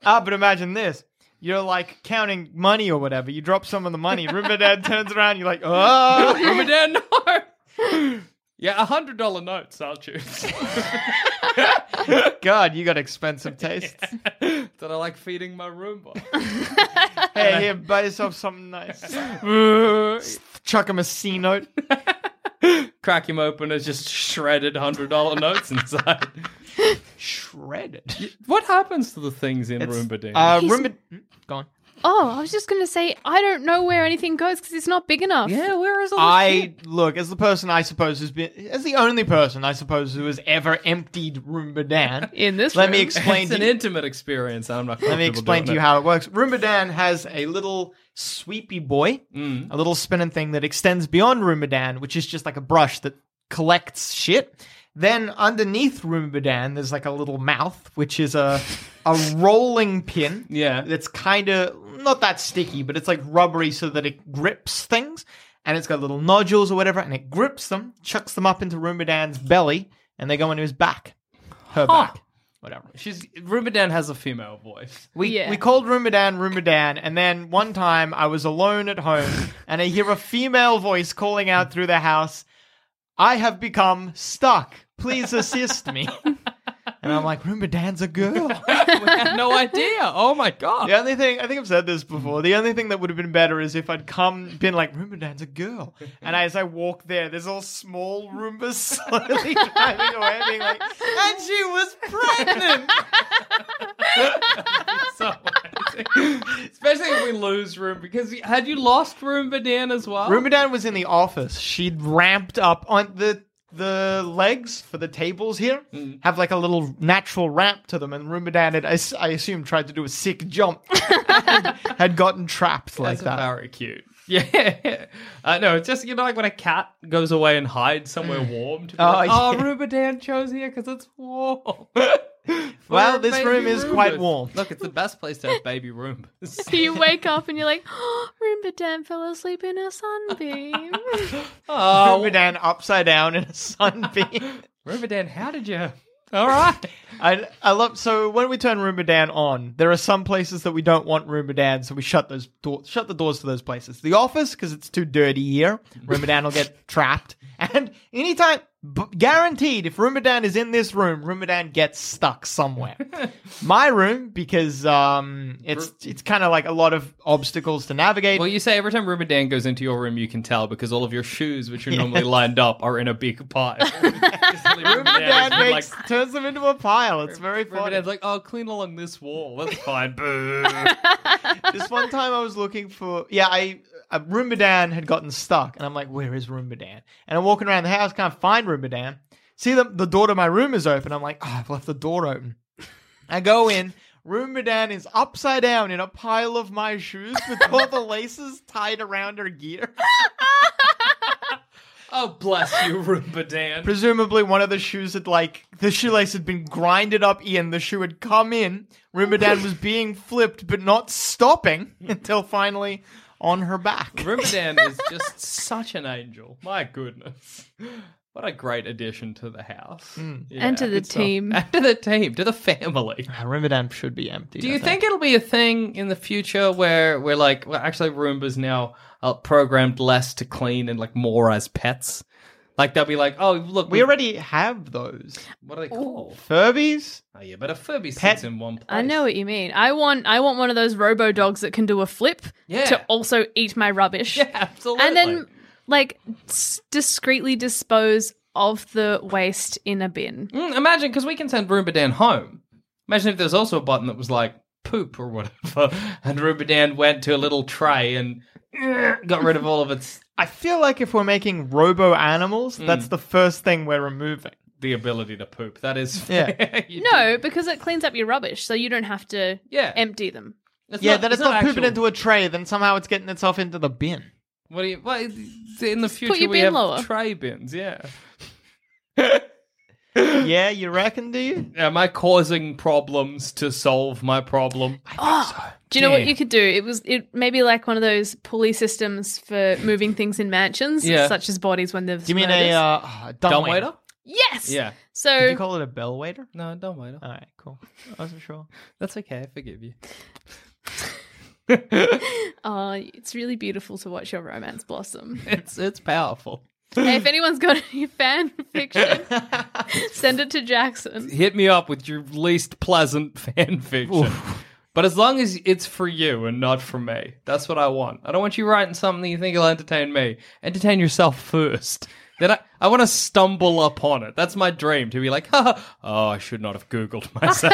D: Ah, but imagine this. You're like counting money or whatever. You drop some of the money. Rubidan turns around. You're like, oh.
C: Rumbadan, no. Yeah, a hundred dollar notes. I'll choose.
D: God, you got expensive tastes.
C: that I like feeding my Roomba.
D: Hey, here, buy yourself something nice. Chuck him a C note.
C: Crack him open, there's just shredded $100 notes inside.
D: Shredded.
C: What happens to the things in Roomba Dean?
D: Uh, Roomba. Gone.
E: Oh, I was just going to say, I don't know where anything goes because it's not big enough.
C: yeah, where is all this
D: I look as the person I suppose who's been as the only person I suppose who has ever emptied Roomba Dan.
E: In this
D: let me
E: room.
D: explain.
C: It's
D: to
C: an
D: you-
C: intimate experience. and I'm not.
D: Let me explain to you how it works. Roomba Dan has a little sweepy boy, a little spinning thing that extends beyond Roomba Dan, which is just like a brush that collects shit. Then underneath Roomba Dan, there's like a little mouth, which is a a rolling pin.
C: Yeah.
D: that's kind of not that sticky, but it's like rubbery so that it grips things. And it's got little nodules or whatever, and it grips them, chucks them up into Roomba Dan's belly, and they go into his back, her back, whatever.
C: She's Rubidan has a female voice.
D: We
E: Yeah.
D: we called Rumadan Rumadan, and then one time I was alone at home, and I hear a female voice calling out through the house, "I have become stuck. Please assist me." and I'm like, Rumadan's a girl.
C: we had no idea. Oh my god.
D: The only thing I think I've said this before. The only thing that would have been better is if I'd come, been like Rumadan's a girl, and as I walk there, there's all small Roombas slowly driving away, being like, and she was pregnant.
C: So amazing. Especially if we lose room because you- had you lost room Dan as well?
D: Rumadan was in the office. She'd ramped up on the the legs for the tables here
C: Mm.
D: have like a little natural ramp to them, and Rumadan had, I, s- I assume, tried to do a sick jump, and had gotten trapped like
C: That's
D: that.
C: very cute. Yeah. Uh, no, it's just you know like when a cat goes away and hides somewhere warm. To be
D: Oh,
C: like, oh,
D: yeah.
C: Rubidan chose here because it's warm.
D: Well,
C: For
D: this
C: baby
D: room is quite
C: Roombas.
D: warm.
C: Look, it's the best place to have baby Roombas.
E: So you wake up and you're like, oh, Roomba Dan fell asleep in a sunbeam.
C: oh,
D: Rumadan upside down in a sunbeam.
C: Rubidan, how did you? All right.
D: I, I love so when we turn Rumadan on, there are some places that we don't want Rumadan, so we shut those doors, shut the doors to those places. The office because it's too dirty here. Rumadan will get trapped, and anytime, b- guaranteed, if Rumadan is in this room, Rumadan gets stuck somewhere. My room because um, it's it's kind of like a lot of obstacles to navigate.
C: Well, you say every time Ruben Dan goes into your room, you can tell because all of your shoes, which are normally lined up, are in a big pile. Ruben
D: Rumadan makes turns them into a pile. It's very funny.
C: Dan's like, oh, clean along this wall. That's fine. Boo.
D: this one time I was looking for yeah, I uh, Roombadan had gotten stuck, and I'm like, where is Roombadan? And I'm walking around the house, can't find Roombadan. See the the door to my room is open. I'm like, oh, I've left the door open. I go in. Roombadan is upside down in a pile of my shoes with all the laces tied around her gear.
C: oh, bless you, Ruben Dan.
D: Presumably, one of the shoes had like the shoelace had been grinded up in. The shoe had come in. Roombadan was being flipped, but not stopping until finally on her back.
C: Ruben Dan is just such an angel. My goodness. What a great addition to the house.
D: Hmm.
C: Yeah,
E: And to the
C: good stuff.
E: team.
C: And to the team, to the family.
D: Uh, Ramadan should be empty.
C: Do
D: I
C: you think it'll be a thing in the future where we're like, well, actually, Roomba's now uh, programmed less to clean and like more as pets? Like they'll be like, oh, look,
D: we already have those
C: What are they called?
D: Furbies?
C: Oh yeah, but a Furby sits
D: Pet-
C: in one place.
E: I know what you mean. I want I want one of those robo dogs that can do a flip
C: Yeah.
E: to also eat my rubbish.
C: Yeah, absolutely.
E: and then like s- discreetly dispose of the waste in a bin.
C: Mm, imagine because we can send Roomba Dan home. Imagine if there's also a button that was like poop or whatever, and Roomba Dan went to a little tray and uh, got rid of all of its
D: I feel like if we're making robo
C: Hmm.
D: animals, that's the first thing we're removing.
C: the ability to poop. That is
D: Yeah.
C: fair. You do-
E: No, because it cleans up your rubbish, so you don't have to
C: Yeah.
E: empty them.
C: It's
D: yeah, that it's not, pooping
C: actual-
D: into a tray, then somehow it's getting itself into the bin.
C: What do you? Well, it's- in the future,
E: your
C: we
E: bin
C: have
E: lower.
C: tray bins. Yeah.
D: yeah, you reckon, do you?
C: Am I causing problems to solve my problem?
E: Do you know what
C: Yeah.
E: you could do? It was it maybe like one of those pulley systems for moving things in mansions,
C: Yeah.
E: such as bodies when there's
D: Do you mean
E: murders.
D: a uh, oh,
C: Dumb
D: dumbwaiter?
C: waiter?
E: yes?
C: Yeah.
D: Did you
E: So
D: call it a bell waiter?
C: No, dumb waiter.
D: All right, cool. I wasn't sure.
C: That's okay. I forgive you.
E: uh, it's really beautiful to watch your romance blossom.
C: It's it's powerful.
E: hey, if anyone's got any fan fiction, send it to Jackson.
C: Hit me up with your least pleasant fan fiction. But as long as it's for you and not for me, that's what I want. I don't want you writing something that you think will entertain me. Entertain yourself first. Then I, I want to stumble upon it. That's my dream to be like, oh, I should not have Googled myself.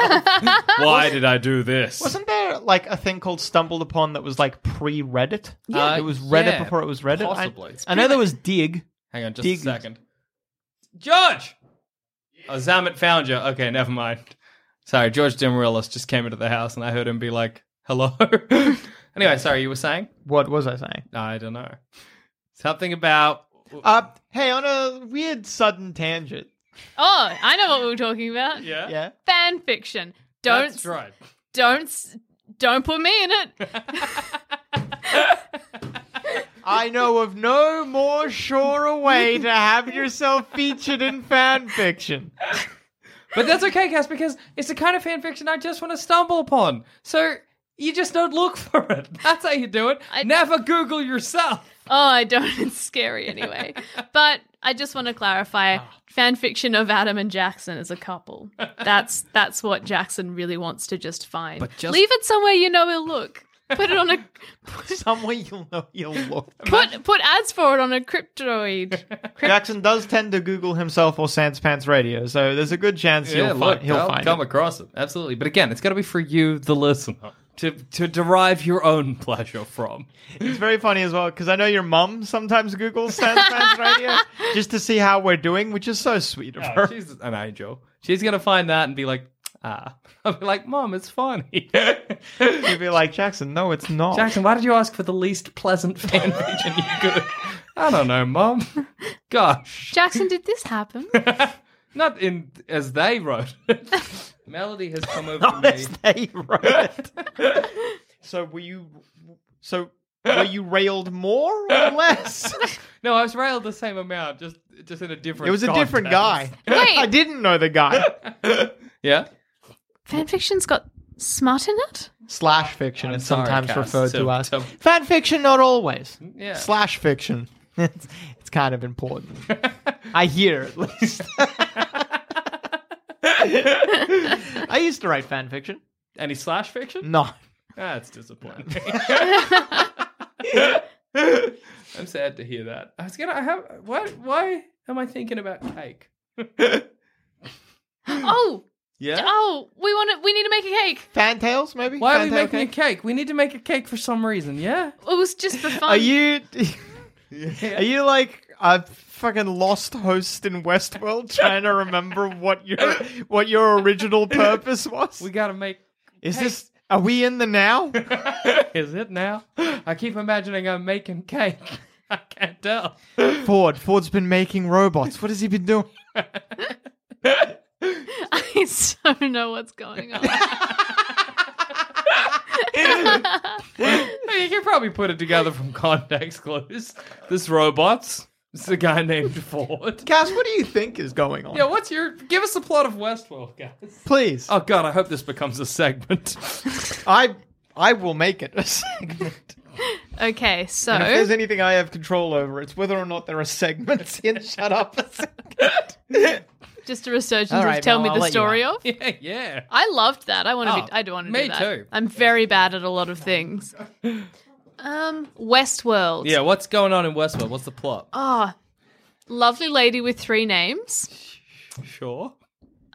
C: Why did I do this?
D: Wasn't there like a thing called Stumbled Upon that was like pre Reddit?
C: Yeah. Uh,
D: it was Reddit
C: Yeah,
D: before it was Reddit. I-
C: possibly.
D: I, know there was Dig.
C: Hang on just
D: Dig-
C: a second. George! Oh, Zamet found you. Okay, never mind. Sorry, George Demarillis just came into the house and I heard him be like, hello. anyway, sorry, you were saying?
D: What was I saying?
C: I don't know. Something about.
D: Uh, hey, on a weird sudden tangent.
E: Oh, I know what we were talking about.
C: yeah?
D: Yeah.
E: Fan fiction. Don't
C: That's right.
E: don't s- don't put me in it.
D: I know of no more sure way to have yourself featured in fan fiction.
C: But that's okay, Cass, because it's the kind of fan fiction I just want to stumble upon. So you just don't look for it. That's how you do it.
E: I-
C: Never Google yourself.
E: Oh, I don't. It's scary anyway. But I just want to clarify:
D: Ah.
E: fan fiction of Adam and Jackson as a couple. That's that's what Jackson really wants to just find.
C: But just-
E: leave it somewhere you know he'll look. Put it on a
D: Somewhere you'll know you'll look.
E: put put ads for it on a cryptoid.
D: Jackson does tend to Google himself or Sans Pants Radio, so there's a good chance he'll, find, he'll
C: I'll
D: find
C: come
D: it.
C: across it. Absolutely. But again, it's got to be for you, the listener, to, to derive your own pleasure from.
D: It's very funny as well because I know your mum sometimes Googles Sans Pants Radio just to see how we're doing, which is so sweet of her.
C: She's an angel. She's going to find that and be like, ah. I'll be like, Mom, it's funny.
D: You'd be like, Jackson, no, it's not.
C: Jackson, why did you ask for the least pleasant fan fiction you could? I don't know, Mom. Gosh.
E: Jackson, did this happen?
C: Not in as they wrote it. Melody has come over
D: Not
C: me.
D: as they wrote it. so were you? So were you railed more or less?
C: No, I was railed the same amount, just just in a different.
D: It was a different guy.
C: context.
E: Wait.
D: I didn't know the guy.
C: Yeah.
E: fan fiction's got smut in it.
D: Slash fiction
C: I'm
D: is
C: sorry,
D: sometimes
C: Cass,
D: referred
C: to-
D: to as
C: to-
D: fan fiction, not always.
C: Yeah.
D: Slash fiction. It's, it's kind of important. I hear at least. I used to write fan fiction.
C: Any slash fiction?
D: No.
C: That's disappointing. I'm sad to hear that. I was gonna. I have. Why? Why am I thinking about cake?
E: Oh,
C: Yeah.
E: oh, we want to. We need to make a cake.
D: Fan tales, maybe?
C: Why are we
D: Fantail
C: making
D: cake?
C: a cake? We need to make a cake for some reason. Yeah.
E: It was just for fun.
D: Are you Are you like a fucking lost host in Westworld trying to remember what your what your original purpose was?
C: We gotta make.
D: Is this are we in the now?
C: Is it now? I keep imagining I'm making cake. I can't tell.
D: Ford. Ford's been making robots. What has he been doing?
E: I so know what's going on.
C: Hey, you can probably put it together from context clues. This robots. This is a guy named Ford.
D: Cass, what do you think is going on?
C: Yeah, what's your? Give us the plot of Westworld, guys.
D: Please.
C: Oh God, I hope this becomes a segment.
D: I I will make it a segment.
E: Okay, so
D: And if there's anything I have control over, it's whether or not there are segments in Shut Up a Second.
E: just a resurgence
D: All right,
E: of tell
D: Mel,
E: me
D: I'll
E: the
D: let you
E: story
D: know.
E: of.
C: yeah, yeah.
E: I loved that. I want
C: Oh,
E: to. be, I do want to
C: me
E: do that.
C: too.
E: I'm very bad at a lot of things. Um, Westworld.
C: Yeah, what's going on in Westworld? What's the plot?
E: Oh, lovely lady with three names.
C: sure.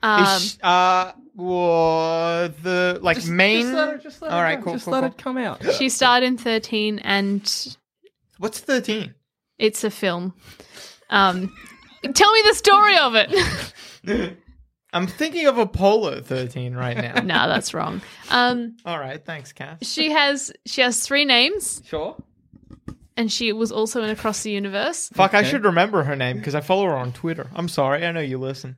E: Um,
D: Is sh- uh, wha- the like main.
C: Just let it, just let
D: All
C: it
D: right,
C: go.
D: cool,
C: Just
D: cool,
C: let
D: cool.
C: it come out.
E: she starred in Thirteen, and
D: What's thirteen?
E: it's a film. Um, tell me the story of it.
D: I'm thinking of Apollo thirteen right now.
E: no, that's wrong. Um,
D: All right, thanks, Cass.
E: she has she has three names,
C: Sure.
E: and she was also in Across the Universe.
D: Fuck, I should remember her name because I follow her on Twitter. I'm sorry, I know you listen.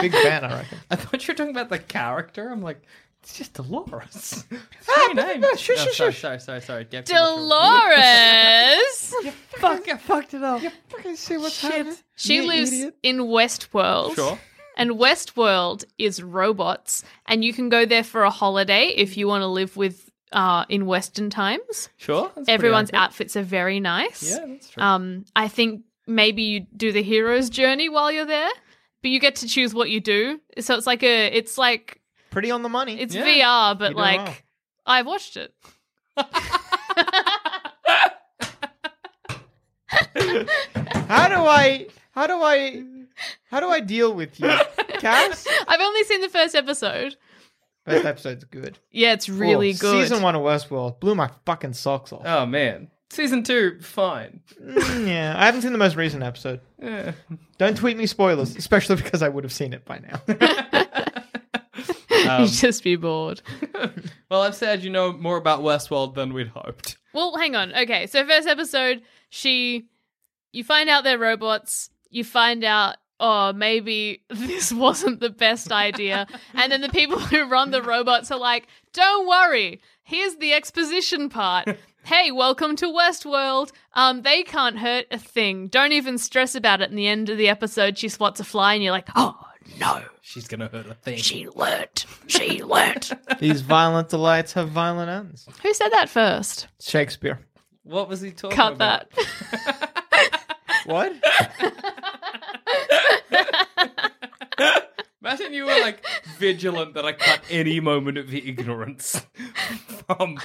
D: Big fan, I reckon.
C: I thought you were talking about the character. I'm like, it's just Dolores.
D: Ah,
C: Three names.
D: shush,
C: Oh,
D: shush,
C: sorry,
D: shush.
C: sorry, sorry, sorry. Get
E: Dolores.
C: Fuck, I fucked it up.
D: Fucking see what's happening.
E: She lives in Westworld.
C: Sure.
E: And Westworld is robots, and you can go there for a holiday if you want to live with uh, in Western times.
C: Sure. that's pretty
E: Everyone's
C: accurate.
E: outfits are very nice.
C: Yeah, that's true.
E: Um, I think maybe you do the hero's journey while you're there, but you get to choose what you do. So it's like a, it's like
D: Pretty on the money.
E: It's
C: Yeah.
E: VR,
D: You
E: but
D: don't
E: like
D: know.
E: I've watched it.
D: how do I? How do I? How do I deal with you, Cass?
E: I've only seen the first episode.
D: First episode's good.
E: Yeah, it's really
D: Oh,
E: good.
D: Season one of Westworld blew my fucking socks off.
C: Oh man, season two, fine.
D: Mm, yeah, I haven't seen the most recent episode.
C: Yeah.
D: Don't tweet me spoilers, especially because I would have seen it by now.
E: You'd just be bored.
C: Well, I'm sad you know more about Westworld than we'd hoped.
E: Well, hang on. Okay, so first episode, she, you find out they're robots. You find out, oh, maybe this wasn't the best idea. and then the people who run the robots are like, don't worry. Here's the exposition part. Hey, welcome to Westworld. Um, they can't hurt a thing. Don't even stress about it. In the end of the episode, she spots a fly, and you're like, oh no,
C: She's gonna hurt a thing.
E: she learnt. She learnt.
D: These violent delights have violent ends.
E: who said that first?
D: Shakespeare.
C: What was he talking
E: Cut
C: about?
E: that.
D: What?
C: Imagine you were like vigilant that I cut any moment of ignorance from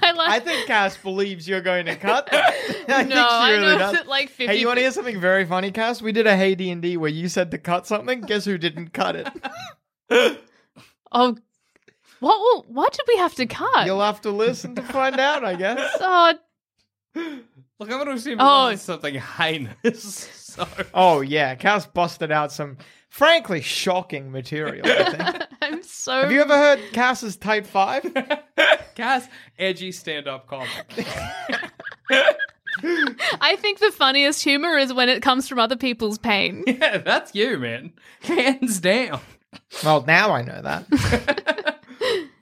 E: I like.
D: I think Cass believes you're going to cut that. I think
E: No,
D: she
E: I
D: really
E: know
D: does.
E: that like 50
D: Hey, you want to hear something very funny, Cass? We did a Hey D&D where you said to cut something. Guess who didn't cut it?
E: Oh, what? Will, what did we have to cut?
D: You'll have to listen to find out, I guess.
E: oh,
C: Look, I'm gonna assume
E: Oh.
C: oh. something heinous. So
D: Oh, yeah. Cass busted out some, frankly, shocking material, I think.
E: I'm so.
D: Have you ever heard Cass's Type 5?
C: Cass, edgy stand-up comic.
E: I think the funniest humor is when it comes from other people's pain.
C: yeah, that's you, man. Hands down.
D: well, now I know that.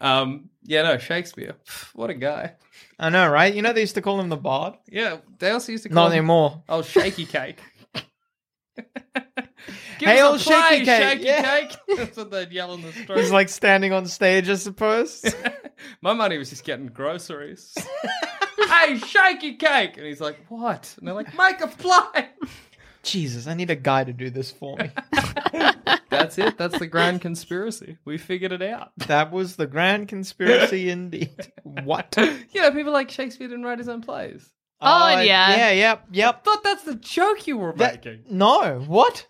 C: Um, yeah, no, Shakespeare. What a guy.
D: I know, right? You know they used to call him the Bard?
C: Yeah, they also used to call
D: Not
C: him
D: anymore.
C: Oh, shaky cake. Give
D: Hey,
C: us a
D: old shaky
C: play,
D: cake.
C: Shaky
D: Yeah.
C: cake. That's what they'd yell on the street.
D: He's like standing on stage, I suppose.
C: My money was just getting groceries. hey, shaky cake. And he's like, what? And they're like, make a fly.
D: Jesus, I need a guy to do this for me.
C: That's it. That's the grand conspiracy. We figured it out.
D: that was the grand conspiracy indeed. What?
C: You know, people like Shakespeare didn't write his own plays.
E: Oh, yeah.
D: Uh, Yeah, yep, yep.
C: Thought that's the joke you were
D: That-
C: making.
D: no, what?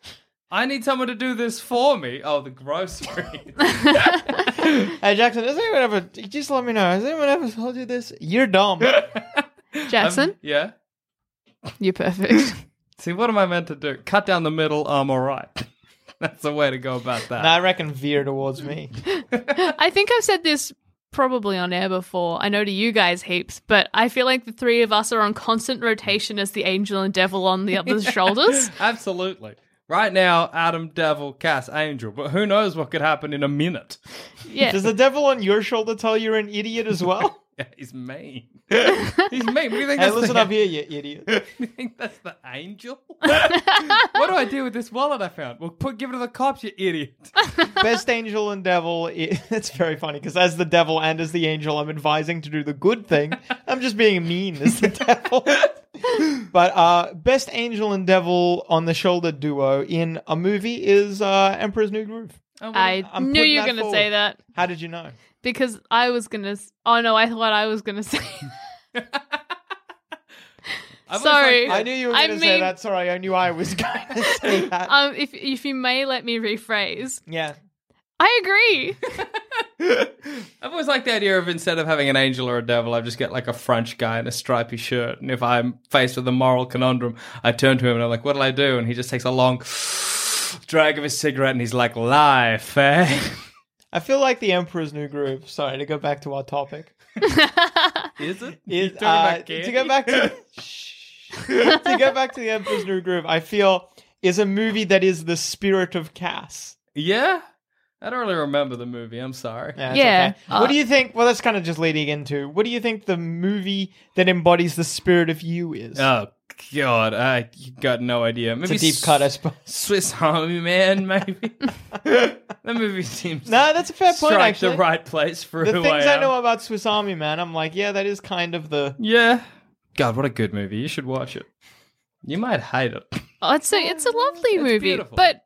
C: I need someone to do this for me. Oh, the groceries.
D: Hey, Jackson, has anyone ever, just let me know, has anyone ever told you this? You're dumb.
E: Jackson,
D: um,
C: yeah.
E: you're perfect.
C: See, what am I meant to do? Cut down the middle, I'm alright. That's the way to go about that.
D: No, I reckon veer towards me.
E: I think I've said this probably on air before. I know to you guys heaps, but I feel like the three of us are on constant rotation as the angel and devil on the other's shoulders.
C: Absolutely. Right now, Adam, Devil, Cass, Angel, but who knows what could happen in a minute?
E: Yeah.
D: Does the devil on your shoulder tell you're an idiot as well?
C: Yeah, He's mean. He's mean. What do you think?
D: hey,
C: that's
D: listen
C: the,
D: up here, you idiot.
C: You think that's the angel? what do I do with this wallet I found? Well, put give it to the cops, you idiot.
D: Best angel and devil. i- It's very funny because as the devil and as the angel, I'm advising to do the good thing. I'm just being mean as the devil. but uh, best angel and devil on the shoulder duo in a movie is uh, Emperor's New Groove.
E: I
D: I'm
E: knew
D: putting
E: you were
D: that
E: going to
D: forward.
E: say that
D: How did you know?
E: because I was going to. Oh no, I thought I was going to say.
C: I've always
E: Sorry.
C: liked
D: I knew you were
E: I
D: going to say
E: mean-
D: that. Sorry, I knew I was going to say that.
E: Um, if if you may let me rephrase,
D: yeah.
E: I agree.
C: I've always liked the idea of instead of having an angel or a devil, I just get like a French guy in a stripy shirt. And if I'm faced with a moral conundrum, I turn to him and I'm like, what'll I do? And he just takes a long drag of his cigarette and he's like, life, eh?
D: I feel like the Emperor's New Groove. Sorry to go back to our topic.
C: Is it?
D: is
C: talking about
D: uh, to
C: candy?
D: go back to Shh. to go back to the Emperor's New Groove. I feel is a movie that is the spirit of Cass.
C: Yeah? I don't really remember the movie. I'm sorry.
D: it's
E: Yeah.
D: okay. what
E: Uh,
D: do you think? Well, that's kind of just leading into. What do you think the movie that embodies the spirit of you is?
C: Oh, God. I got no idea.
D: it's
C: Maybe
D: a deep cut, I suppose.
C: Swiss Army Man, maybe. that movie seems
D: No, that's a fair point.
C: strike
D: actually,
C: the right place for
D: The
C: who
D: things
C: I
D: I,
C: am.
D: know about Swiss Army Man, I'm like, yeah, that is kind of the.
C: Yeah. God, what a good movie. You should watch it. You might hate it.
E: Oh, it's a it's a lovely movie,
C: beautiful.
E: but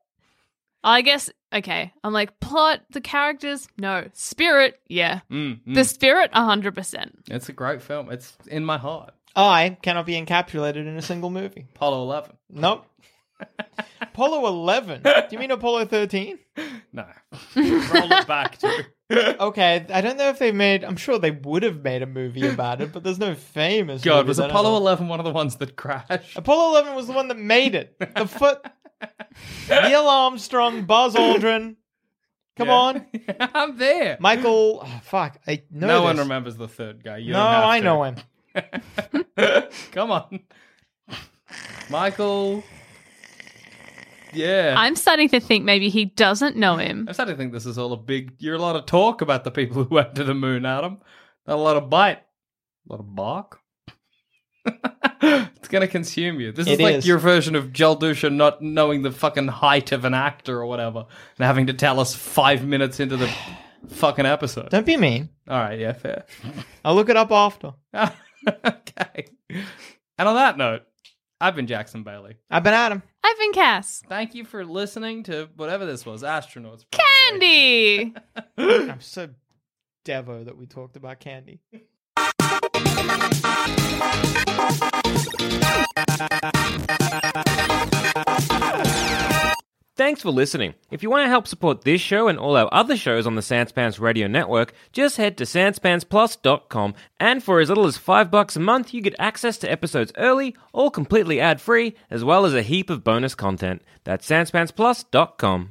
E: I guess okay. I'm like plot the characters. No spirit. Yeah,
C: Mm, mm.
E: the spirit. hundred percent.
C: It's a great film. It's in my heart.
D: I cannot be encapsulated in a single movie.
C: Apollo 11.
D: Nope. Apollo 11. Do you mean Apollo 13?
C: No.
I: Roll it back to
D: Okay, I don't know if they made. I'm sure they would have made a movie about it, but there's no famous.
C: God,
D: movies,
C: was
D: I don't
C: Apollo
D: know.
C: 11 one of the ones that crashed?
D: Apollo 11 was the one that made it. The foot. Neil Armstrong, Buzz Aldrin. Come on.
C: I'm there.
D: Michael. oh, fuck. I know
C: no one
D: this.
C: remembers the third guy. You
D: No,
C: don't have
D: I
C: to.
D: know him.
C: Come on. Michael. Yeah.
E: I'm starting to think maybe he doesn't know him.
C: I'm starting to think this is all a big. You're a lot of talk about the people who went to the moon, Adam. Not a lot of bite, a lot of bark. it's going to consume you. This is
D: It
C: like
D: is.
C: your version of Joel Dusha not knowing the fucking height of an actor or whatever, and having to tell us five minutes into the fucking episode.
D: Don't be mean.
C: All right, yeah, fair.
D: I'll look it up after.
C: okay. And on that note, I've been Jackson Bailey.
D: I've been Adam.
E: I've been Cass.
C: Thank you for listening to whatever this was, astronauts. probably.
E: Candy.
D: I'm so devo that we talked about candy.
H: Thanks for listening. If you want to help support this show and all our other shows on the Sanspants Radio Network, just head to sanspantsplus.com and for as little as 5 bucks a month, you get access to episodes early, all completely ad-free, as well as a heap of bonus content. That's sanspantsplus.com.